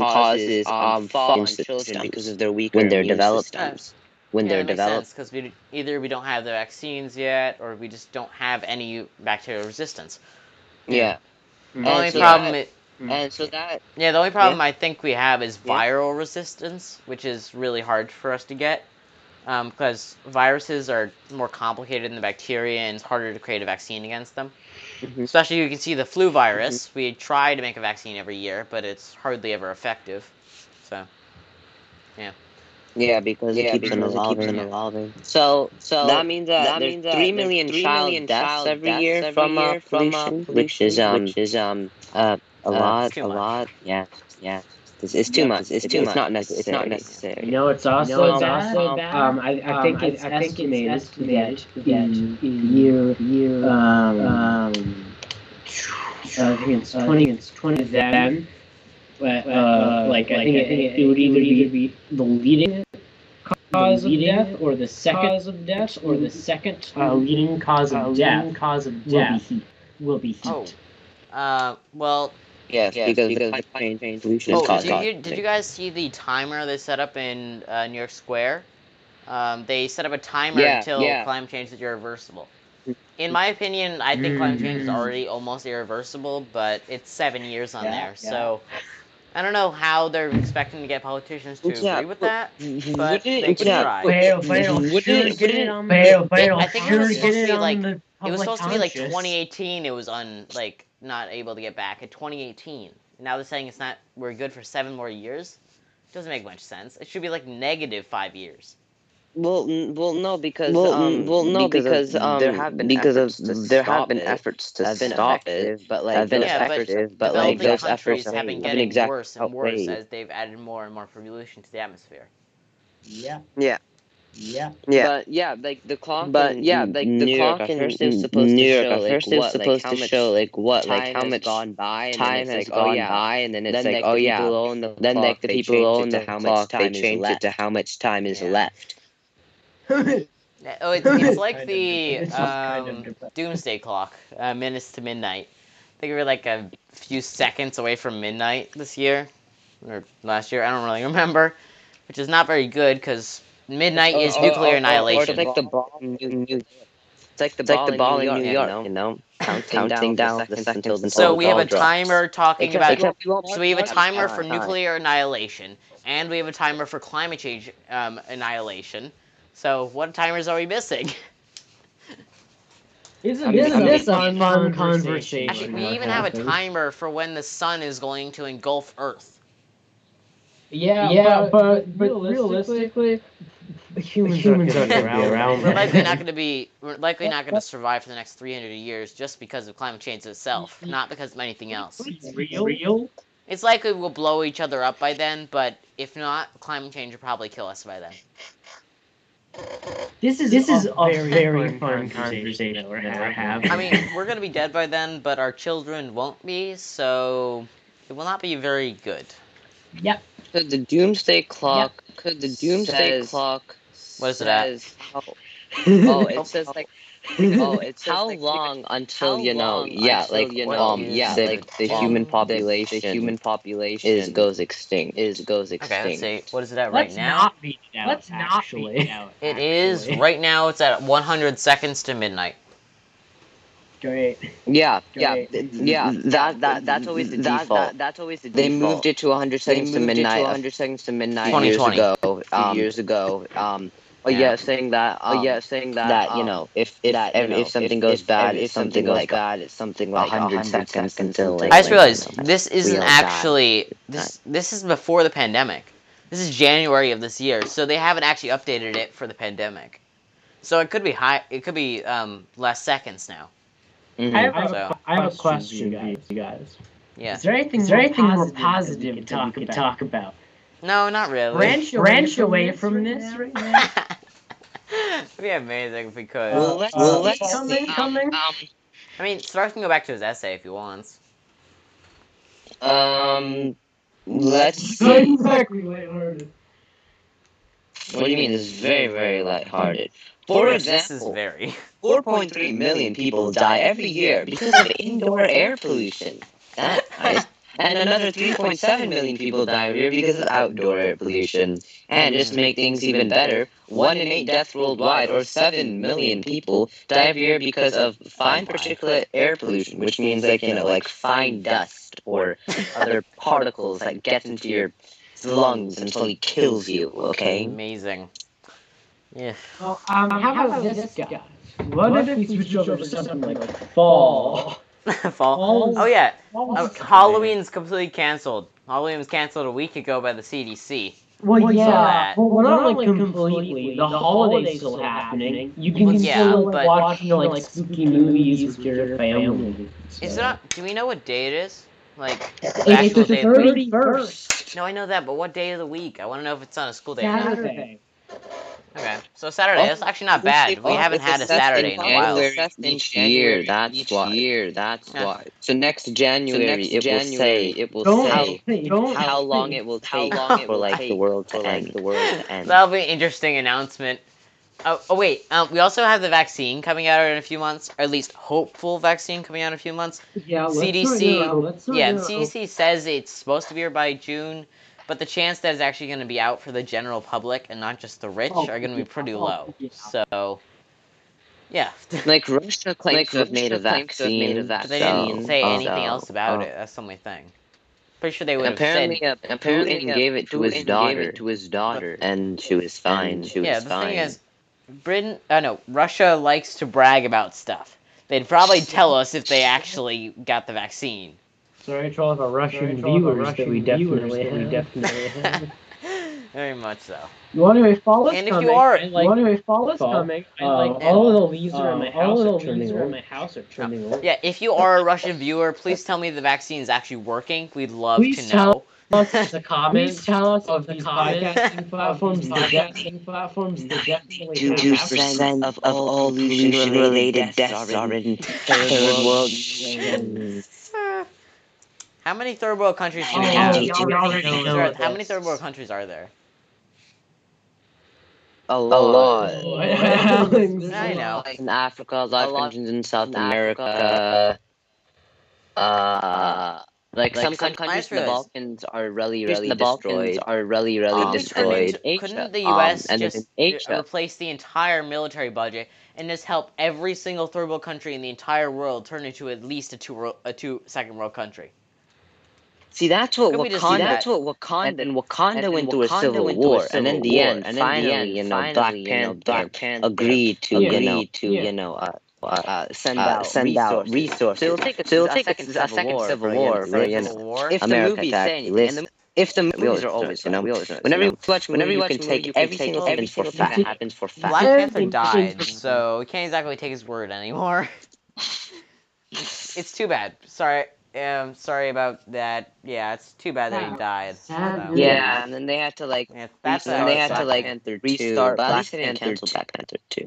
Speaker 5: causes
Speaker 6: causes um
Speaker 5: um,
Speaker 6: fall
Speaker 5: fall
Speaker 6: on
Speaker 5: on
Speaker 6: children because
Speaker 5: systems
Speaker 6: of their weaker
Speaker 5: when they're
Speaker 6: immune
Speaker 5: developed.
Speaker 6: systems.
Speaker 5: When
Speaker 4: yeah,
Speaker 5: they're
Speaker 4: that makes
Speaker 5: developed.
Speaker 4: sense because we either we don't have the vaccines yet, or we just don't have any bacterial resistance.
Speaker 6: Yeah,
Speaker 4: The
Speaker 6: and
Speaker 4: only
Speaker 6: so
Speaker 4: problem,
Speaker 6: that
Speaker 4: it,
Speaker 6: and so that
Speaker 4: yeah, the only problem I think we have is
Speaker 6: Yeah.
Speaker 4: viral resistance, which is really hard for us to get, because viruses are more complicated than bacteria, and it's harder to create a vaccine against them.
Speaker 6: Mhm.
Speaker 4: Especially, you can see the flu virus. We try to make a vaccine every year, but it's hardly ever effective. So,
Speaker 6: yeah because it
Speaker 5: Yeah,
Speaker 6: keeps on
Speaker 5: because it keeps on
Speaker 6: evolving.
Speaker 5: evolving.
Speaker 6: So
Speaker 5: So
Speaker 6: that means that
Speaker 5: that
Speaker 6: there's
Speaker 5: means that
Speaker 6: three
Speaker 5: there's
Speaker 6: million
Speaker 5: three
Speaker 6: child
Speaker 5: million
Speaker 6: deaths
Speaker 5: child
Speaker 6: every
Speaker 5: deaths
Speaker 6: year
Speaker 5: every
Speaker 6: from uh,
Speaker 5: year from uh,
Speaker 6: pollution, which is
Speaker 5: pollution,
Speaker 6: um
Speaker 5: which is um
Speaker 6: uh, a
Speaker 5: uh,
Speaker 6: lot,
Speaker 4: too
Speaker 6: a
Speaker 4: much.
Speaker 6: lot. Yeah,
Speaker 5: yeah,
Speaker 6: it's, it's too
Speaker 5: yeah,
Speaker 6: much.
Speaker 5: it's, it's
Speaker 6: It-
Speaker 5: too
Speaker 6: it's
Speaker 5: much.
Speaker 6: not
Speaker 5: It's not
Speaker 6: necessary.
Speaker 5: necessary.
Speaker 3: You know, it's also
Speaker 6: know, it's
Speaker 3: bad.
Speaker 6: also
Speaker 3: um,
Speaker 6: bad.
Speaker 3: Um, I, I think
Speaker 1: Um,
Speaker 3: it's
Speaker 1: I- I think it's
Speaker 3: estimated
Speaker 1: estimated
Speaker 3: that
Speaker 1: that
Speaker 3: in
Speaker 1: in
Speaker 3: year,
Speaker 1: year,
Speaker 3: um, uh,
Speaker 1: um,
Speaker 3: I think it's
Speaker 1: I think
Speaker 3: 20 20 then, but, uh,
Speaker 1: uh,
Speaker 3: like, I think it, it, would
Speaker 1: it
Speaker 3: either
Speaker 1: would either
Speaker 3: be the leading cause of
Speaker 1: leading
Speaker 3: death or the second
Speaker 1: cause of death
Speaker 3: or the second
Speaker 1: uh,
Speaker 3: leading cause
Speaker 1: uh,
Speaker 3: of
Speaker 1: leading
Speaker 3: death
Speaker 1: cause of
Speaker 3: will be
Speaker 1: death
Speaker 3: heat. Will be heat.
Speaker 4: Oh, uh, well,
Speaker 5: Yes,
Speaker 6: Yes,
Speaker 5: because the
Speaker 6: because the
Speaker 5: climate change
Speaker 6: climate change
Speaker 5: pollution is
Speaker 6: is
Speaker 4: oh,
Speaker 5: causing.
Speaker 4: did
Speaker 6: causing
Speaker 4: you did you guys see the timer they set up in uh, New York Square? Um, they set up a timer
Speaker 5: Yeah,
Speaker 4: until
Speaker 5: yeah.
Speaker 4: climate change is irreversible. In my opinion, I think climate change is already almost irreversible, but it's seven years on
Speaker 3: Yeah,
Speaker 4: there.
Speaker 3: yeah.
Speaker 4: So, I don't know how they're expecting to get politicians to
Speaker 6: Yeah,
Speaker 4: agree with
Speaker 6: but-
Speaker 4: that,
Speaker 5: Mm-hmm.
Speaker 4: but
Speaker 6: Wouldn't
Speaker 4: they
Speaker 6: it,
Speaker 4: could
Speaker 6: yeah,
Speaker 4: try.
Speaker 3: Fail, fail.
Speaker 6: Wouldn't
Speaker 3: Sure,
Speaker 6: it-
Speaker 3: get
Speaker 6: wouldn't
Speaker 3: it
Speaker 6: it-
Speaker 3: on. Fail, fail.
Speaker 4: I think it
Speaker 3: sure,
Speaker 4: was
Speaker 3: get
Speaker 4: supposed
Speaker 3: it
Speaker 4: to be
Speaker 3: on
Speaker 4: like-
Speaker 3: the
Speaker 4: It was
Speaker 3: public
Speaker 4: supposed to be like
Speaker 3: conscious.
Speaker 4: 2018. It was on like not able to get back at 2018. Now they're saying it's not. We're good for seven more years. Doesn't make much sense. It should be like negative five years.
Speaker 5: Well, n- well, no, because
Speaker 6: Well,
Speaker 5: um,
Speaker 6: n- well, no,
Speaker 5: because,
Speaker 6: because,
Speaker 5: there
Speaker 6: um,
Speaker 5: have been
Speaker 6: because
Speaker 5: efforts
Speaker 6: of-
Speaker 5: to
Speaker 6: there have
Speaker 5: stop
Speaker 6: been
Speaker 5: it.
Speaker 6: efforts to
Speaker 5: That's been
Speaker 6: stop it,
Speaker 5: effective, but like
Speaker 6: have been
Speaker 5: those
Speaker 4: Yeah, but
Speaker 6: effective, but
Speaker 4: Developing
Speaker 6: like those
Speaker 4: countries
Speaker 6: efforts
Speaker 4: have been
Speaker 6: haven't
Speaker 4: getting
Speaker 6: exactly
Speaker 4: worse and worse
Speaker 6: outweighed.
Speaker 4: as they've added more and more pollution to the atmosphere.
Speaker 1: Yeah.
Speaker 6: Yeah.
Speaker 1: Yeah.
Speaker 6: Yeah.
Speaker 5: But yeah, like the clock.
Speaker 6: But
Speaker 5: in
Speaker 6: yeah, like
Speaker 5: New
Speaker 6: the
Speaker 5: York
Speaker 6: clock
Speaker 5: at
Speaker 6: in
Speaker 5: first it was
Speaker 6: in
Speaker 5: supposed
Speaker 6: Mm, New
Speaker 5: to
Speaker 6: York
Speaker 5: show
Speaker 6: at
Speaker 5: like
Speaker 6: first it was
Speaker 5: what, like
Speaker 6: supposed
Speaker 5: how
Speaker 6: to
Speaker 5: much
Speaker 6: show like what, like
Speaker 5: time
Speaker 6: how
Speaker 5: has
Speaker 6: much
Speaker 5: gone by, and then
Speaker 6: time
Speaker 5: it's
Speaker 6: has
Speaker 5: like, oh
Speaker 6: gone
Speaker 5: yeah.
Speaker 6: by, and then it's
Speaker 5: Then
Speaker 6: like,
Speaker 5: like
Speaker 6: oh
Speaker 5: the
Speaker 6: yeah.
Speaker 5: people who own the
Speaker 6: Then like
Speaker 5: clock,
Speaker 6: the
Speaker 5: they
Speaker 6: people
Speaker 5: changed
Speaker 6: who own
Speaker 5: it
Speaker 6: the
Speaker 5: to
Speaker 6: how
Speaker 5: how
Speaker 6: clock,
Speaker 5: much
Speaker 6: they
Speaker 5: time is
Speaker 6: changed it
Speaker 5: left.
Speaker 6: to how much time is
Speaker 4: Yeah.
Speaker 6: left.
Speaker 4: Yeah, Oh, it's,
Speaker 3: This
Speaker 4: it's
Speaker 3: is
Speaker 4: like
Speaker 3: kind of
Speaker 4: the
Speaker 3: depressing. This is kind of
Speaker 4: um,
Speaker 3: depressing.
Speaker 4: doomsday clock, uh, minutes to midnight. I think we were like a few seconds away from midnight this year, or last year. I don't really remember, which is not very good because midnight
Speaker 6: Oh,
Speaker 5: Or-
Speaker 4: is
Speaker 5: or-
Speaker 4: nuclear
Speaker 5: or- or-
Speaker 4: annihilation.
Speaker 5: Or like the ball in New, New It's like the
Speaker 6: It's like
Speaker 5: ball
Speaker 6: the
Speaker 5: in New
Speaker 6: ball in
Speaker 5: York,
Speaker 6: New
Speaker 5: you
Speaker 6: York,
Speaker 5: know,
Speaker 6: you know,
Speaker 5: counting
Speaker 6: counting
Speaker 5: down
Speaker 6: down
Speaker 5: the
Speaker 6: the
Speaker 5: seconds
Speaker 6: seconds
Speaker 5: until the
Speaker 4: so
Speaker 6: until
Speaker 5: ball
Speaker 6: it
Speaker 4: we have
Speaker 6: all
Speaker 4: a
Speaker 6: drops.
Speaker 4: timer talking
Speaker 5: Except-
Speaker 4: about.
Speaker 5: except we won't
Speaker 4: So we have a
Speaker 5: watch that
Speaker 4: timer for
Speaker 5: time.
Speaker 4: nuclear annihilation, and we have a timer for climate change um, annihilation. So what timers are we missing?
Speaker 1: Isn't
Speaker 5: I'm
Speaker 1: this
Speaker 5: becoming-
Speaker 1: a fun, fun conversation?
Speaker 4: Actually, we even have a timer for when the sun is going to engulf Earth.
Speaker 3: Yeah,
Speaker 1: Yeah, but,
Speaker 3: but,
Speaker 1: but
Speaker 3: realistically,
Speaker 1: realistically, humans,
Speaker 3: humans
Speaker 1: aren't gonna
Speaker 3: aren't
Speaker 1: be
Speaker 3: gonna be
Speaker 1: around.
Speaker 3: around
Speaker 4: We're
Speaker 1: that.
Speaker 4: likely not going to be. We're likely not going to survive for the next 300 years just because of climate change itself, not because of anything else.
Speaker 3: real, real.
Speaker 4: It's likely we'll blow each other up by then, but if not, climate change will probably kill us by then.
Speaker 1: This is
Speaker 3: This is
Speaker 1: a
Speaker 3: a
Speaker 1: very,
Speaker 3: very
Speaker 1: fun
Speaker 3: fun
Speaker 1: conversation
Speaker 3: conversation that we're
Speaker 1: that we're
Speaker 3: having.
Speaker 1: having.
Speaker 4: I mean, we're going to be dead by then, but our children won't be, so it will not be very good.
Speaker 5: Could the doomsday clock? Could the doomsday
Speaker 6: Says-
Speaker 5: clock?
Speaker 4: What is it at?
Speaker 5: says How, oh, it says like. Oh, it says
Speaker 6: How
Speaker 5: like,
Speaker 6: long
Speaker 5: How
Speaker 6: until you know?
Speaker 5: long
Speaker 6: Yeah,
Speaker 5: until
Speaker 6: like
Speaker 5: you
Speaker 4: know,
Speaker 6: um,
Speaker 4: is
Speaker 6: yeah,
Speaker 4: the
Speaker 6: like the
Speaker 4: long-
Speaker 6: human
Speaker 4: the- the
Speaker 6: population,
Speaker 5: the human population
Speaker 6: is goes extinct.
Speaker 5: is goes
Speaker 4: Okay, let's
Speaker 5: extinct?
Speaker 4: see. What is it at right
Speaker 3: Let's
Speaker 4: now?
Speaker 3: not beat it out.
Speaker 1: Let's not
Speaker 3: actually.
Speaker 1: beat it out,
Speaker 4: It is
Speaker 1: actually.
Speaker 4: right now. It's at 100 seconds to midnight.
Speaker 3: Great.
Speaker 6: Yeah,
Speaker 5: Yeah,
Speaker 3: Great.
Speaker 5: th-
Speaker 6: yeah.
Speaker 5: yeah.
Speaker 6: That that that's always the
Speaker 5: that,
Speaker 6: default.
Speaker 5: That, that's always the
Speaker 6: They
Speaker 5: default.
Speaker 6: moved it to 100
Speaker 5: They
Speaker 6: seconds
Speaker 5: moved
Speaker 6: to
Speaker 5: it to
Speaker 6: midnight
Speaker 5: 100 seconds to
Speaker 6: a
Speaker 5: midnight.
Speaker 6: few years
Speaker 4: 2020.
Speaker 6: ago. few Um, years ago. Um, oh
Speaker 4: Yeah.
Speaker 6: yeah, saying that.
Speaker 5: Oh
Speaker 6: Um,
Speaker 5: yeah, saying that
Speaker 6: that you
Speaker 5: um,
Speaker 6: know, if if
Speaker 5: that you
Speaker 6: ev-
Speaker 5: know,
Speaker 6: if something
Speaker 5: if,
Speaker 6: goes
Speaker 5: if,
Speaker 6: bad,
Speaker 5: if,
Speaker 6: it's
Speaker 5: if something
Speaker 6: something
Speaker 5: goes
Speaker 6: like
Speaker 5: bad, it's something
Speaker 6: a
Speaker 5: like a
Speaker 6: hundred
Speaker 5: hundred
Speaker 6: seconds
Speaker 5: seconds
Speaker 6: until
Speaker 5: until
Speaker 6: like
Speaker 4: I just
Speaker 6: you
Speaker 4: realized
Speaker 6: know,
Speaker 4: this
Speaker 6: we
Speaker 4: isn't
Speaker 6: all die.
Speaker 4: actually this. This is before the pandemic. This is January of this year, so they haven't actually updated it for the pandemic. So it could be high. It could be um, less seconds now.
Speaker 6: Mhm.
Speaker 3: I have, a,
Speaker 4: So-
Speaker 3: I have a question, guys. You guys.
Speaker 4: Yeah.
Speaker 3: Is there anything,
Speaker 1: Is there anything
Speaker 3: more
Speaker 1: more
Speaker 3: positive,
Speaker 1: positive
Speaker 3: that we
Speaker 1: that
Speaker 3: could,
Speaker 1: we
Speaker 3: talk,
Speaker 1: could
Speaker 3: about?
Speaker 1: talk
Speaker 4: No, not really.
Speaker 1: Branch away
Speaker 3: Branch
Speaker 1: from
Speaker 3: away
Speaker 1: this
Speaker 3: from
Speaker 1: right
Speaker 3: this
Speaker 1: now.
Speaker 3: right now.
Speaker 4: It'd be amazing if we could.
Speaker 3: Uh,
Speaker 5: Well, let's
Speaker 3: uh,
Speaker 5: let's
Speaker 3: coming,
Speaker 5: see.
Speaker 3: coming.
Speaker 5: Um,
Speaker 4: I mean, Stark can go back to his essay if he wants.
Speaker 5: um, um, let's
Speaker 6: Let's
Speaker 5: see.
Speaker 6: see.
Speaker 3: exactly lighthearted.
Speaker 6: What do you mean? It's very very lighthearted.
Speaker 4: Or
Speaker 6: For
Speaker 4: if this is
Speaker 6: example,
Speaker 4: very.
Speaker 6: 4.3 million people die every year because of indoor air pollution. That is, and another 3.7 million people die every year because of outdoor air pollution. And just to make things even better, 1 in 8 deaths worldwide, or 7 million people, die every year because of fine particulate air pollution, which means, like, you know, like fine dust or other particles that gets into your lungs and slowly kills you, okay?
Speaker 4: Amazing. Yeah.
Speaker 1: Well, um,
Speaker 3: Um,
Speaker 1: how
Speaker 3: how
Speaker 1: about
Speaker 3: about
Speaker 1: this,
Speaker 3: this,
Speaker 1: guy?
Speaker 3: guys?
Speaker 1: What,
Speaker 3: What
Speaker 1: if we switch over to something like fall?
Speaker 4: Fall.
Speaker 1: Fall's-
Speaker 4: Oh yeah.
Speaker 1: fall's
Speaker 4: Oh,
Speaker 1: coming.
Speaker 4: Halloween's completely canceled. Halloween was canceled a week ago by the CDC.
Speaker 1: Well,
Speaker 3: Well,
Speaker 1: yeah.
Speaker 4: yeah.
Speaker 1: Well, we're
Speaker 3: Well,
Speaker 1: not
Speaker 3: not,
Speaker 1: like
Speaker 3: like,
Speaker 1: completely.
Speaker 3: completely.
Speaker 1: The
Speaker 3: The
Speaker 1: holiday's
Speaker 3: holiday's
Speaker 1: still
Speaker 3: still
Speaker 1: happening.
Speaker 3: happening.
Speaker 1: You
Speaker 3: Well,
Speaker 1: can
Speaker 4: yeah,
Speaker 1: still like
Speaker 4: but-
Speaker 1: watch you know, like
Speaker 3: like,
Speaker 1: spooky
Speaker 3: spooky
Speaker 1: movies
Speaker 3: movies
Speaker 1: with
Speaker 3: with
Speaker 1: your
Speaker 3: your
Speaker 1: family.
Speaker 3: family.
Speaker 4: Is
Speaker 1: so-
Speaker 4: it not? Do we know what day it is? Like the
Speaker 1: It's
Speaker 4: actual
Speaker 1: the
Speaker 4: day. Of the week?
Speaker 1: thirty first.
Speaker 4: No, I know that, but what day of the week? I want to know if it's on a school day. or not.
Speaker 1: Saturday.
Speaker 4: Okay, so Saturday.
Speaker 6: Oh,
Speaker 4: That's actually not
Speaker 6: we
Speaker 4: bad.
Speaker 6: should
Speaker 4: We
Speaker 6: go
Speaker 4: haven't
Speaker 6: with the
Speaker 4: had a
Speaker 6: Seth
Speaker 4: Saturday in a while.
Speaker 6: January
Speaker 5: Each
Speaker 6: each
Speaker 5: year,
Speaker 6: year.
Speaker 5: that's
Speaker 6: That's
Speaker 5: why.
Speaker 6: why. that's
Speaker 4: Yeah.
Speaker 6: why.
Speaker 5: So next
Speaker 6: So
Speaker 5: January,
Speaker 6: next
Speaker 5: it will
Speaker 6: January,
Speaker 5: say
Speaker 6: it will
Speaker 1: Don't
Speaker 6: say
Speaker 1: think. Don't
Speaker 6: how long
Speaker 1: think.
Speaker 6: it will
Speaker 5: how
Speaker 6: take
Speaker 5: long it
Speaker 6: for
Speaker 5: will
Speaker 6: like the
Speaker 5: take
Speaker 6: world
Speaker 5: for
Speaker 6: to
Speaker 5: like
Speaker 6: end.
Speaker 5: the world to end.
Speaker 4: That'll be an interesting announcement. Oh, oh wait. Um, we also have the vaccine coming out in a few months, or at least hopeful vaccine coming out in a few months.
Speaker 1: Yeah. Let's
Speaker 4: CDC
Speaker 1: figure out. Let's figure
Speaker 4: Yeah, the
Speaker 1: out.
Speaker 4: CDC says it's supposed to be here by June, but the chance that it's actually going to be out for the general public and not just the rich
Speaker 1: Oh,
Speaker 4: are going to be
Speaker 1: yeah.
Speaker 4: pretty
Speaker 1: Oh,
Speaker 4: low.
Speaker 1: yeah.
Speaker 4: So, yeah,
Speaker 6: Like Russia claims
Speaker 5: Like
Speaker 6: to have made a
Speaker 5: Russia claims to have made a
Speaker 6: vaccine,
Speaker 4: but they didn't
Speaker 5: vaccine,
Speaker 6: so
Speaker 4: say
Speaker 5: uh,
Speaker 4: anything
Speaker 6: so,
Speaker 4: else about
Speaker 6: uh,
Speaker 4: it. That's the only thing. Pretty sure they would have said.
Speaker 6: Apparently, uh,
Speaker 5: apparently,
Speaker 6: Putin
Speaker 5: uh,
Speaker 6: gave it to
Speaker 5: Putin
Speaker 6: his
Speaker 5: gave
Speaker 6: daughter,
Speaker 5: it
Speaker 6: to his daughter, and she was fine. She was
Speaker 4: Yeah, the
Speaker 6: fine.
Speaker 4: thing is, Britain. Oh no, Russia likes to brag about stuff. They'd probably tell us if they actually got the vaccine.
Speaker 3: Sorry to all of our Russian
Speaker 1: Sorry to all of our
Speaker 3: viewers that
Speaker 1: Russian
Speaker 3: we
Speaker 1: viewers
Speaker 3: definitely
Speaker 1: that we
Speaker 3: have. definitely
Speaker 4: Very much so.
Speaker 3: well, anyway, follow us
Speaker 4: And if you
Speaker 3: comic.
Speaker 4: are-
Speaker 3: I like, well, anyway, follow us
Speaker 1: Fall.
Speaker 3: comic. I
Speaker 1: Uh,
Speaker 3: like uh, all of the leaves around my house
Speaker 1: all
Speaker 3: are
Speaker 1: of the leaves
Speaker 3: turning
Speaker 1: around
Speaker 3: old.
Speaker 1: my house are turning old.
Speaker 4: Yeah, if you are a Russian viewer, please tell me the vaccine is actually working. We'd love
Speaker 3: Please
Speaker 4: to know.
Speaker 3: Us the comments.
Speaker 1: Please tell us
Speaker 3: of
Speaker 1: of
Speaker 3: these
Speaker 1: the
Speaker 3: podcasting
Speaker 1: podcasting platforms,
Speaker 3: platforms, the
Speaker 1: the
Speaker 3: podcasting
Speaker 1: podcasting platforms that definitely
Speaker 5: Two
Speaker 1: have
Speaker 5: percent
Speaker 1: apps.
Speaker 5: of all pollution-related deaths are in third world nations.
Speaker 4: Eh. How many third world countries do
Speaker 1: Oh,
Speaker 4: we
Speaker 5: Oh,
Speaker 4: have?
Speaker 5: yeah.
Speaker 1: you already
Speaker 5: Yeah.
Speaker 1: know
Speaker 4: There are-
Speaker 1: this.
Speaker 4: how many third world countries are there?
Speaker 6: a
Speaker 5: A
Speaker 6: lot.
Speaker 5: lot.
Speaker 4: I know.
Speaker 6: In Africa, a lot of countries in South
Speaker 5: in
Speaker 6: America.
Speaker 5: Africa.
Speaker 6: Uh, like,
Speaker 5: like
Speaker 6: some,
Speaker 5: some
Speaker 6: countries,
Speaker 4: countries
Speaker 6: in the
Speaker 4: is-
Speaker 6: Balkans are really,
Speaker 5: countries in
Speaker 6: really
Speaker 5: the Balkans
Speaker 6: destroyed. Are really, really
Speaker 4: Couldn't-
Speaker 6: destroyed.
Speaker 4: Um, Couldn't, couldn't the
Speaker 6: Asia, um,
Speaker 4: U.S.
Speaker 6: and then
Speaker 4: just uh,
Speaker 6: in Asia.
Speaker 4: replace the entire military budget and just help every single third world country in the entire world turn into at least a two world, a two second world country?
Speaker 6: See, that's what
Speaker 4: Could we just do
Speaker 6: Wakanda.
Speaker 4: that?
Speaker 6: That's what Wakanda. And then Wakanda
Speaker 5: and
Speaker 6: went
Speaker 5: then
Speaker 6: through a
Speaker 5: Wakanda
Speaker 6: civil
Speaker 5: went through a
Speaker 6: war, and
Speaker 5: civil
Speaker 6: in the
Speaker 5: war,
Speaker 6: end,
Speaker 5: and in the
Speaker 6: finally,
Speaker 5: end,
Speaker 6: you know,
Speaker 5: finally,
Speaker 6: Black
Speaker 5: you know,
Speaker 6: Panther
Speaker 5: Black Panther
Speaker 6: agreed to, you know,
Speaker 3: agreed
Speaker 6: to,
Speaker 3: yeah.
Speaker 6: you know, uh, uh,
Speaker 5: uh,
Speaker 6: send
Speaker 5: uh,
Speaker 6: out
Speaker 5: send out
Speaker 6: resources.
Speaker 5: resources.
Speaker 6: So it'll take us
Speaker 5: So it'll
Speaker 6: a
Speaker 5: take us
Speaker 6: second
Speaker 5: a
Speaker 6: civil
Speaker 5: second
Speaker 6: war
Speaker 5: civil
Speaker 6: for you know,
Speaker 5: war
Speaker 6: for
Speaker 5: for
Speaker 6: you know,
Speaker 4: Civil war?
Speaker 6: if
Speaker 5: America
Speaker 6: the
Speaker 5: to
Speaker 6: movie say
Speaker 5: actually
Speaker 6: anything,
Speaker 5: list-
Speaker 6: and the, if the
Speaker 5: we
Speaker 6: movie
Speaker 5: always
Speaker 6: are always,
Speaker 5: you
Speaker 6: you
Speaker 5: know,
Speaker 6: know,
Speaker 5: we always
Speaker 6: whenever you watch a
Speaker 5: whenever
Speaker 6: movie,
Speaker 5: you
Speaker 6: you
Speaker 5: watch
Speaker 6: can
Speaker 5: a movie,
Speaker 6: take
Speaker 5: you can
Speaker 6: every
Speaker 5: take
Speaker 6: single
Speaker 5: every
Speaker 6: thing for
Speaker 5: single thing
Speaker 6: fact.
Speaker 5: that happens for fact.
Speaker 4: Black Panther
Speaker 3: Everything
Speaker 4: died,
Speaker 3: is-
Speaker 4: so we can't exactly take his word anymore. it's, it's too bad. Sorry, um, sorry about that. Yeah, it's too bad that he
Speaker 3: Wow.
Speaker 4: died.
Speaker 3: Sad
Speaker 4: Although-
Speaker 3: news.
Speaker 6: Yeah, and then they had to like
Speaker 4: Yeah, that's
Speaker 6: that's
Speaker 4: a
Speaker 6: and they had to
Speaker 4: suck.
Speaker 6: like
Speaker 5: Panther 2, Black
Speaker 6: restart. But at least they didn't
Speaker 5: Panther
Speaker 6: cancel
Speaker 5: 2.
Speaker 6: Black Panther two.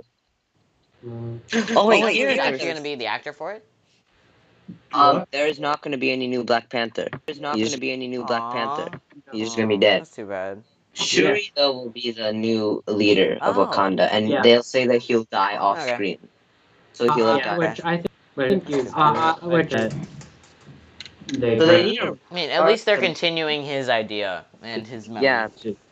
Speaker 5: Oh
Speaker 4: Oh
Speaker 5: wait,
Speaker 4: wait,
Speaker 5: here
Speaker 4: he's
Speaker 5: it
Speaker 4: actually
Speaker 5: is.
Speaker 4: gonna be the actor for it.
Speaker 6: Um, there is not going to be any new Black Panther. There's not
Speaker 5: You
Speaker 6: going to be any new Black Panther.
Speaker 4: Aw,
Speaker 6: He's just going to
Speaker 4: aw,
Speaker 6: be dead.
Speaker 4: That's too bad.
Speaker 6: Shuri though will be the new leader of
Speaker 4: Oh.
Speaker 6: Wakanda, and
Speaker 3: Yeah.
Speaker 6: they'll say that he'll die off
Speaker 4: Okay.
Speaker 6: screen. So he'll
Speaker 4: yeah.
Speaker 6: die.
Speaker 3: Which I think,
Speaker 1: Thank you.
Speaker 3: is
Speaker 1: Uh, uh,
Speaker 3: like
Speaker 1: which
Speaker 3: that.
Speaker 6: So they need to
Speaker 4: I mean, at least they're continuing his idea and his memory.
Speaker 6: yeah.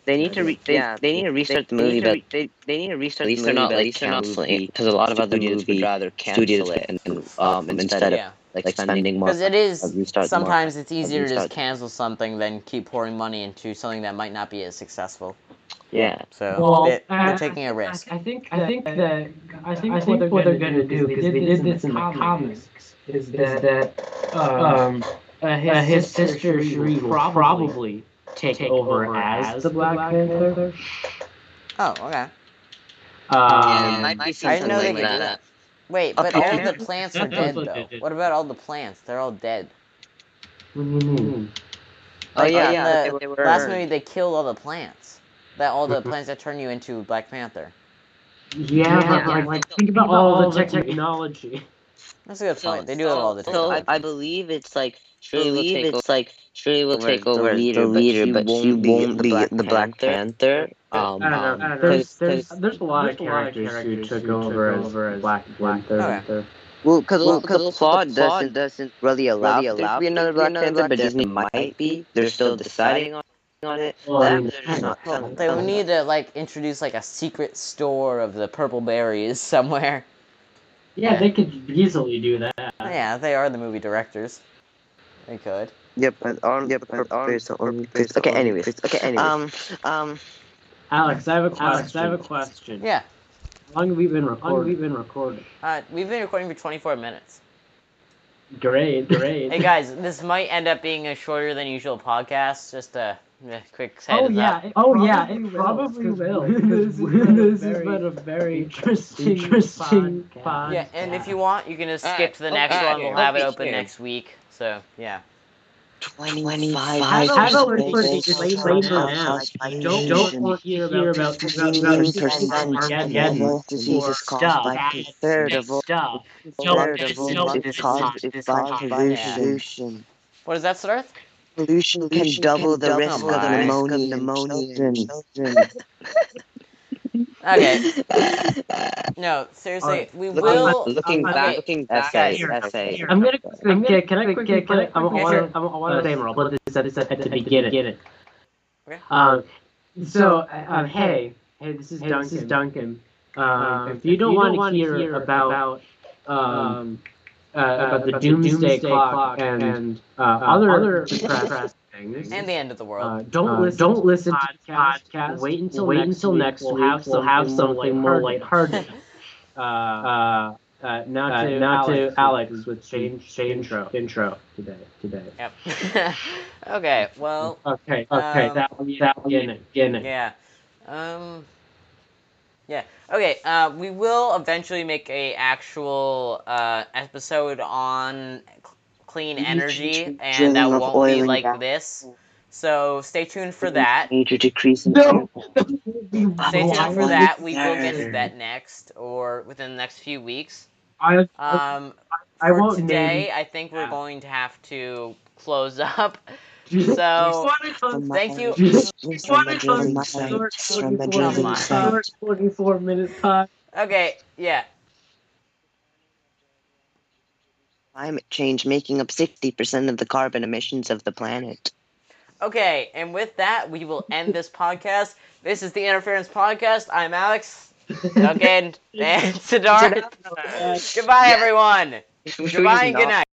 Speaker 6: They need to re- they,
Speaker 5: Yeah,
Speaker 6: they need to restart the
Speaker 5: they
Speaker 6: movie,
Speaker 5: need to
Speaker 6: but
Speaker 5: re- they they need to
Speaker 6: at
Speaker 5: restart the
Speaker 6: least they're
Speaker 5: movie,
Speaker 6: not
Speaker 5: but at
Speaker 6: like
Speaker 5: least they're not
Speaker 6: canceling
Speaker 5: like
Speaker 6: because a lot of other
Speaker 5: studios would
Speaker 6: movie
Speaker 5: rather
Speaker 6: studios
Speaker 5: cancel
Speaker 6: would-
Speaker 5: it and
Speaker 6: and um instead of
Speaker 4: yeah.
Speaker 6: like spending more
Speaker 4: Because it
Speaker 6: uh,
Speaker 4: is
Speaker 6: restart more.
Speaker 4: sometimes it's easier to just
Speaker 6: restart.
Speaker 4: cancel something than keep pouring money into something that might not be as successful.
Speaker 6: Yeah.
Speaker 4: So
Speaker 3: Well,
Speaker 4: they,
Speaker 3: uh,
Speaker 4: are taking a risk.
Speaker 3: I think
Speaker 1: I think
Speaker 3: that
Speaker 1: that
Speaker 3: I think
Speaker 1: I
Speaker 3: what
Speaker 1: think
Speaker 3: they're
Speaker 1: what they're
Speaker 3: going to
Speaker 1: gonna
Speaker 3: do
Speaker 1: do
Speaker 3: because
Speaker 1: because they did this in the
Speaker 3: comics
Speaker 1: comics
Speaker 3: is
Speaker 1: is
Speaker 3: that
Speaker 1: that
Speaker 3: um,
Speaker 1: um,
Speaker 3: uh,
Speaker 1: uh,
Speaker 3: his
Speaker 1: his
Speaker 3: sister
Speaker 1: sister
Speaker 3: Shuri
Speaker 1: Shuri
Speaker 3: will
Speaker 1: will
Speaker 3: probably
Speaker 1: probably
Speaker 3: take
Speaker 1: take
Speaker 3: over
Speaker 1: over
Speaker 3: as
Speaker 1: as
Speaker 3: the
Speaker 1: the
Speaker 3: Black
Speaker 1: Black
Speaker 3: Panther.
Speaker 4: Oh, okay.
Speaker 6: Yeah, it
Speaker 3: Um,
Speaker 6: might be
Speaker 4: I didn't
Speaker 6: something
Speaker 4: know they
Speaker 6: like
Speaker 4: could do
Speaker 6: that.
Speaker 4: that. Wait, but all the
Speaker 6: Apparently-
Speaker 4: plants are
Speaker 3: that's
Speaker 4: dead
Speaker 3: what
Speaker 4: though.
Speaker 3: they did.
Speaker 4: What about all the plants? They're all dead.
Speaker 3: what do you mean?
Speaker 6: Oh
Speaker 4: Like,
Speaker 6: yeah,
Speaker 4: in the
Speaker 6: but they were
Speaker 4: Last movie they killed all the plants. That all
Speaker 3: Mm-hmm.
Speaker 4: the plants that turn you into Black Panther.
Speaker 3: Yeah,
Speaker 6: Yeah,
Speaker 3: but like,
Speaker 6: like,
Speaker 3: think about all the technology.
Speaker 4: That's a good
Speaker 6: So-
Speaker 4: point. They do have all the
Speaker 6: so
Speaker 4: technology.
Speaker 6: I believe it's like
Speaker 5: I
Speaker 6: Shuri will
Speaker 5: believe
Speaker 6: take
Speaker 5: it's like
Speaker 6: Shuri will
Speaker 5: over
Speaker 6: take over
Speaker 5: the
Speaker 6: as the
Speaker 5: leader, but
Speaker 6: leader,
Speaker 5: she
Speaker 6: but she
Speaker 5: won't be
Speaker 6: won't
Speaker 5: the
Speaker 6: be
Speaker 5: Black
Speaker 6: the Black
Speaker 5: Panther.
Speaker 6: Panther. Um,
Speaker 3: I don't know. I don't know.
Speaker 6: because
Speaker 3: There's, there's a lot of characters, who took over, as Black Panther.
Speaker 6: well, because
Speaker 5: Well,
Speaker 6: also
Speaker 5: because
Speaker 6: the
Speaker 5: also
Speaker 6: plot
Speaker 5: the plot
Speaker 6: doesn't
Speaker 5: doesn't
Speaker 6: really allow
Speaker 5: really
Speaker 6: there
Speaker 5: allow
Speaker 6: to be
Speaker 5: there
Speaker 6: another
Speaker 5: to be
Speaker 6: Black
Speaker 5: another
Speaker 6: Panther,
Speaker 5: Black
Speaker 6: but Disney
Speaker 5: Panther,
Speaker 6: might
Speaker 5: might
Speaker 6: be.
Speaker 5: be.
Speaker 6: They're
Speaker 5: They're
Speaker 6: still
Speaker 5: still
Speaker 6: deciding
Speaker 5: deciding
Speaker 6: on, on it.
Speaker 3: Well, I
Speaker 6: That
Speaker 3: mean,
Speaker 6: they're just not
Speaker 4: Well,
Speaker 6: telling
Speaker 4: they would
Speaker 6: us.
Speaker 4: need to like introduce like a secret store of the purple berries somewhere.
Speaker 3: yeah, they could easily do that.
Speaker 4: Uh, Yeah, they are the movie directors. They could.
Speaker 6: Yep, but on
Speaker 5: Yep,
Speaker 6: but
Speaker 5: but
Speaker 6: on
Speaker 5: on-
Speaker 6: there's the only place.
Speaker 5: there's the
Speaker 6: Okay,
Speaker 5: only
Speaker 6: anyways.
Speaker 5: place- okay, anyways.
Speaker 6: Um, um,
Speaker 3: Alex, I have a question.
Speaker 6: Alex,
Speaker 3: I have a question.
Speaker 4: Yeah,
Speaker 3: How long have we been recording?
Speaker 1: long have we
Speaker 3: been recording?
Speaker 4: uh, we've been recording for 24 minutes.
Speaker 3: Great, great.
Speaker 4: Hey guys, this might end up being a shorter than usual podcast. Just a, a quick heads
Speaker 3: oh
Speaker 4: up.
Speaker 3: yeah, it
Speaker 1: Oh,
Speaker 3: probably
Speaker 1: yeah, it
Speaker 3: will,
Speaker 1: probably
Speaker 3: 'cause
Speaker 1: will, 'cause
Speaker 3: This,
Speaker 1: this
Speaker 3: this
Speaker 1: has
Speaker 3: has
Speaker 1: been
Speaker 3: been a very interesting,
Speaker 1: interesting
Speaker 3: podcast.
Speaker 1: podcast.
Speaker 4: Yeah, and if you want, you can just skip
Speaker 5: Alright,
Speaker 4: to the next
Speaker 5: alright,
Speaker 4: one. We'll
Speaker 5: let
Speaker 4: have it
Speaker 5: me
Speaker 4: open
Speaker 5: hear.
Speaker 4: next week. So yeah.
Speaker 1: How
Speaker 6: Twenty-five.
Speaker 1: about
Speaker 3: How about
Speaker 1: we
Speaker 3: we
Speaker 1: put
Speaker 3: put
Speaker 1: a
Speaker 3: a
Speaker 1: disclaimer
Speaker 3: disclaimer
Speaker 1: now?
Speaker 3: now?
Speaker 1: You
Speaker 3: Don't, don't want to hear about diseases Armageddon or
Speaker 6: diseases caused
Speaker 3: stuff,
Speaker 6: by
Speaker 3: bad
Speaker 6: third of all-
Speaker 3: stuff. Don't
Speaker 6: third of
Speaker 3: just,
Speaker 6: all
Speaker 3: don't
Speaker 6: is
Speaker 3: just
Speaker 6: caused
Speaker 3: touch this
Speaker 6: by
Speaker 3: podcast.
Speaker 6: pollution.
Speaker 4: What is that, Siddharth?
Speaker 6: Pollution can double the risk
Speaker 4: double
Speaker 6: of
Speaker 4: the risk
Speaker 6: pneumonia in children.
Speaker 4: Okay. No, seriously,
Speaker 3: Alright,
Speaker 4: we
Speaker 6: Looking-
Speaker 4: will.
Speaker 6: Looking
Speaker 3: I'm-
Speaker 6: back,
Speaker 4: okay.
Speaker 6: looking back,
Speaker 3: Guys,
Speaker 6: essay,
Speaker 3: here,
Speaker 6: essay.
Speaker 3: I'm gonna quickly,
Speaker 1: I'm gonna
Speaker 3: can, I quickly,
Speaker 1: quickly-
Speaker 3: put,
Speaker 1: can I
Speaker 3: I
Speaker 1: quickly
Speaker 3: want
Speaker 1: put-
Speaker 3: to, I want to
Speaker 1: uh,
Speaker 3: disclaimer. I'll put this at, at,
Speaker 1: at
Speaker 3: the
Speaker 1: the
Speaker 3: beginning.
Speaker 4: Okay.
Speaker 3: Um, so, uh, um,
Speaker 1: um,
Speaker 3: hey, hey, this is
Speaker 1: hey,
Speaker 3: Duncan.
Speaker 1: this is
Speaker 3: Duncan. Um, if you
Speaker 1: if
Speaker 3: don't
Speaker 1: you don't
Speaker 3: want
Speaker 1: wanna
Speaker 3: to hear,
Speaker 1: hear
Speaker 3: about, um,
Speaker 1: um,
Speaker 3: uh, about the
Speaker 1: about the
Speaker 3: doomsday,
Speaker 1: doomsday
Speaker 3: clock,
Speaker 1: clock
Speaker 3: and,
Speaker 1: and,
Speaker 3: uh, other
Speaker 1: other
Speaker 3: press Magnus.
Speaker 4: and the end of the world.
Speaker 3: Uh, don't listen. Don't listen to podcast. podcast. Wait until wait next until next week. We'll have some have something more lighthearted. uh, uh, uh, not uh, to not Alex, to Alex with change change intro intro today today.
Speaker 4: yep. okay. Well.
Speaker 3: Okay. Okay.
Speaker 4: Um,
Speaker 3: that will be that will be in it. In it.
Speaker 4: Yeah. Um. Yeah. Okay. Uh, we will eventually make a actual uh, episode on cl- clean energy, and that
Speaker 5: drilling of
Speaker 4: won't
Speaker 5: oil
Speaker 4: be
Speaker 5: and
Speaker 4: like
Speaker 5: gas.
Speaker 4: this. So stay tuned for that.
Speaker 5: Major decrease in
Speaker 3: No.
Speaker 5: fuel.
Speaker 4: Stay tuned for
Speaker 5: Why?
Speaker 4: that. We will get
Speaker 5: Sure.
Speaker 4: to that next, or within the next few weeks.
Speaker 3: I,
Speaker 4: Um,
Speaker 3: I
Speaker 4: for
Speaker 3: won't
Speaker 4: today,
Speaker 3: name.
Speaker 4: I think we're
Speaker 3: Yeah.
Speaker 4: going to have to close up. So
Speaker 3: Just- Just wanna
Speaker 5: From
Speaker 4: thank you.
Speaker 3: Just
Speaker 5: It's from
Speaker 3: wanna
Speaker 5: the
Speaker 3: close
Speaker 5: drilling
Speaker 3: this
Speaker 5: site.
Speaker 3: short
Speaker 5: It's from the
Speaker 3: 44
Speaker 4: drilling
Speaker 3: minute
Speaker 5: site.
Speaker 3: pod- 44 minute pod.
Speaker 4: Okay. Yeah.
Speaker 5: Climate change making up 60% of the carbon emissions of the planet.
Speaker 4: Okay. And with that, we will end this podcast. This is the Interference Podcast. I'm Alex. Okay. And, and Siddharth.
Speaker 5: Is it out?
Speaker 4: Goodbye, everyone.
Speaker 6: Should we
Speaker 4: Goodbye and
Speaker 6: just
Speaker 4: good
Speaker 6: not-
Speaker 4: night.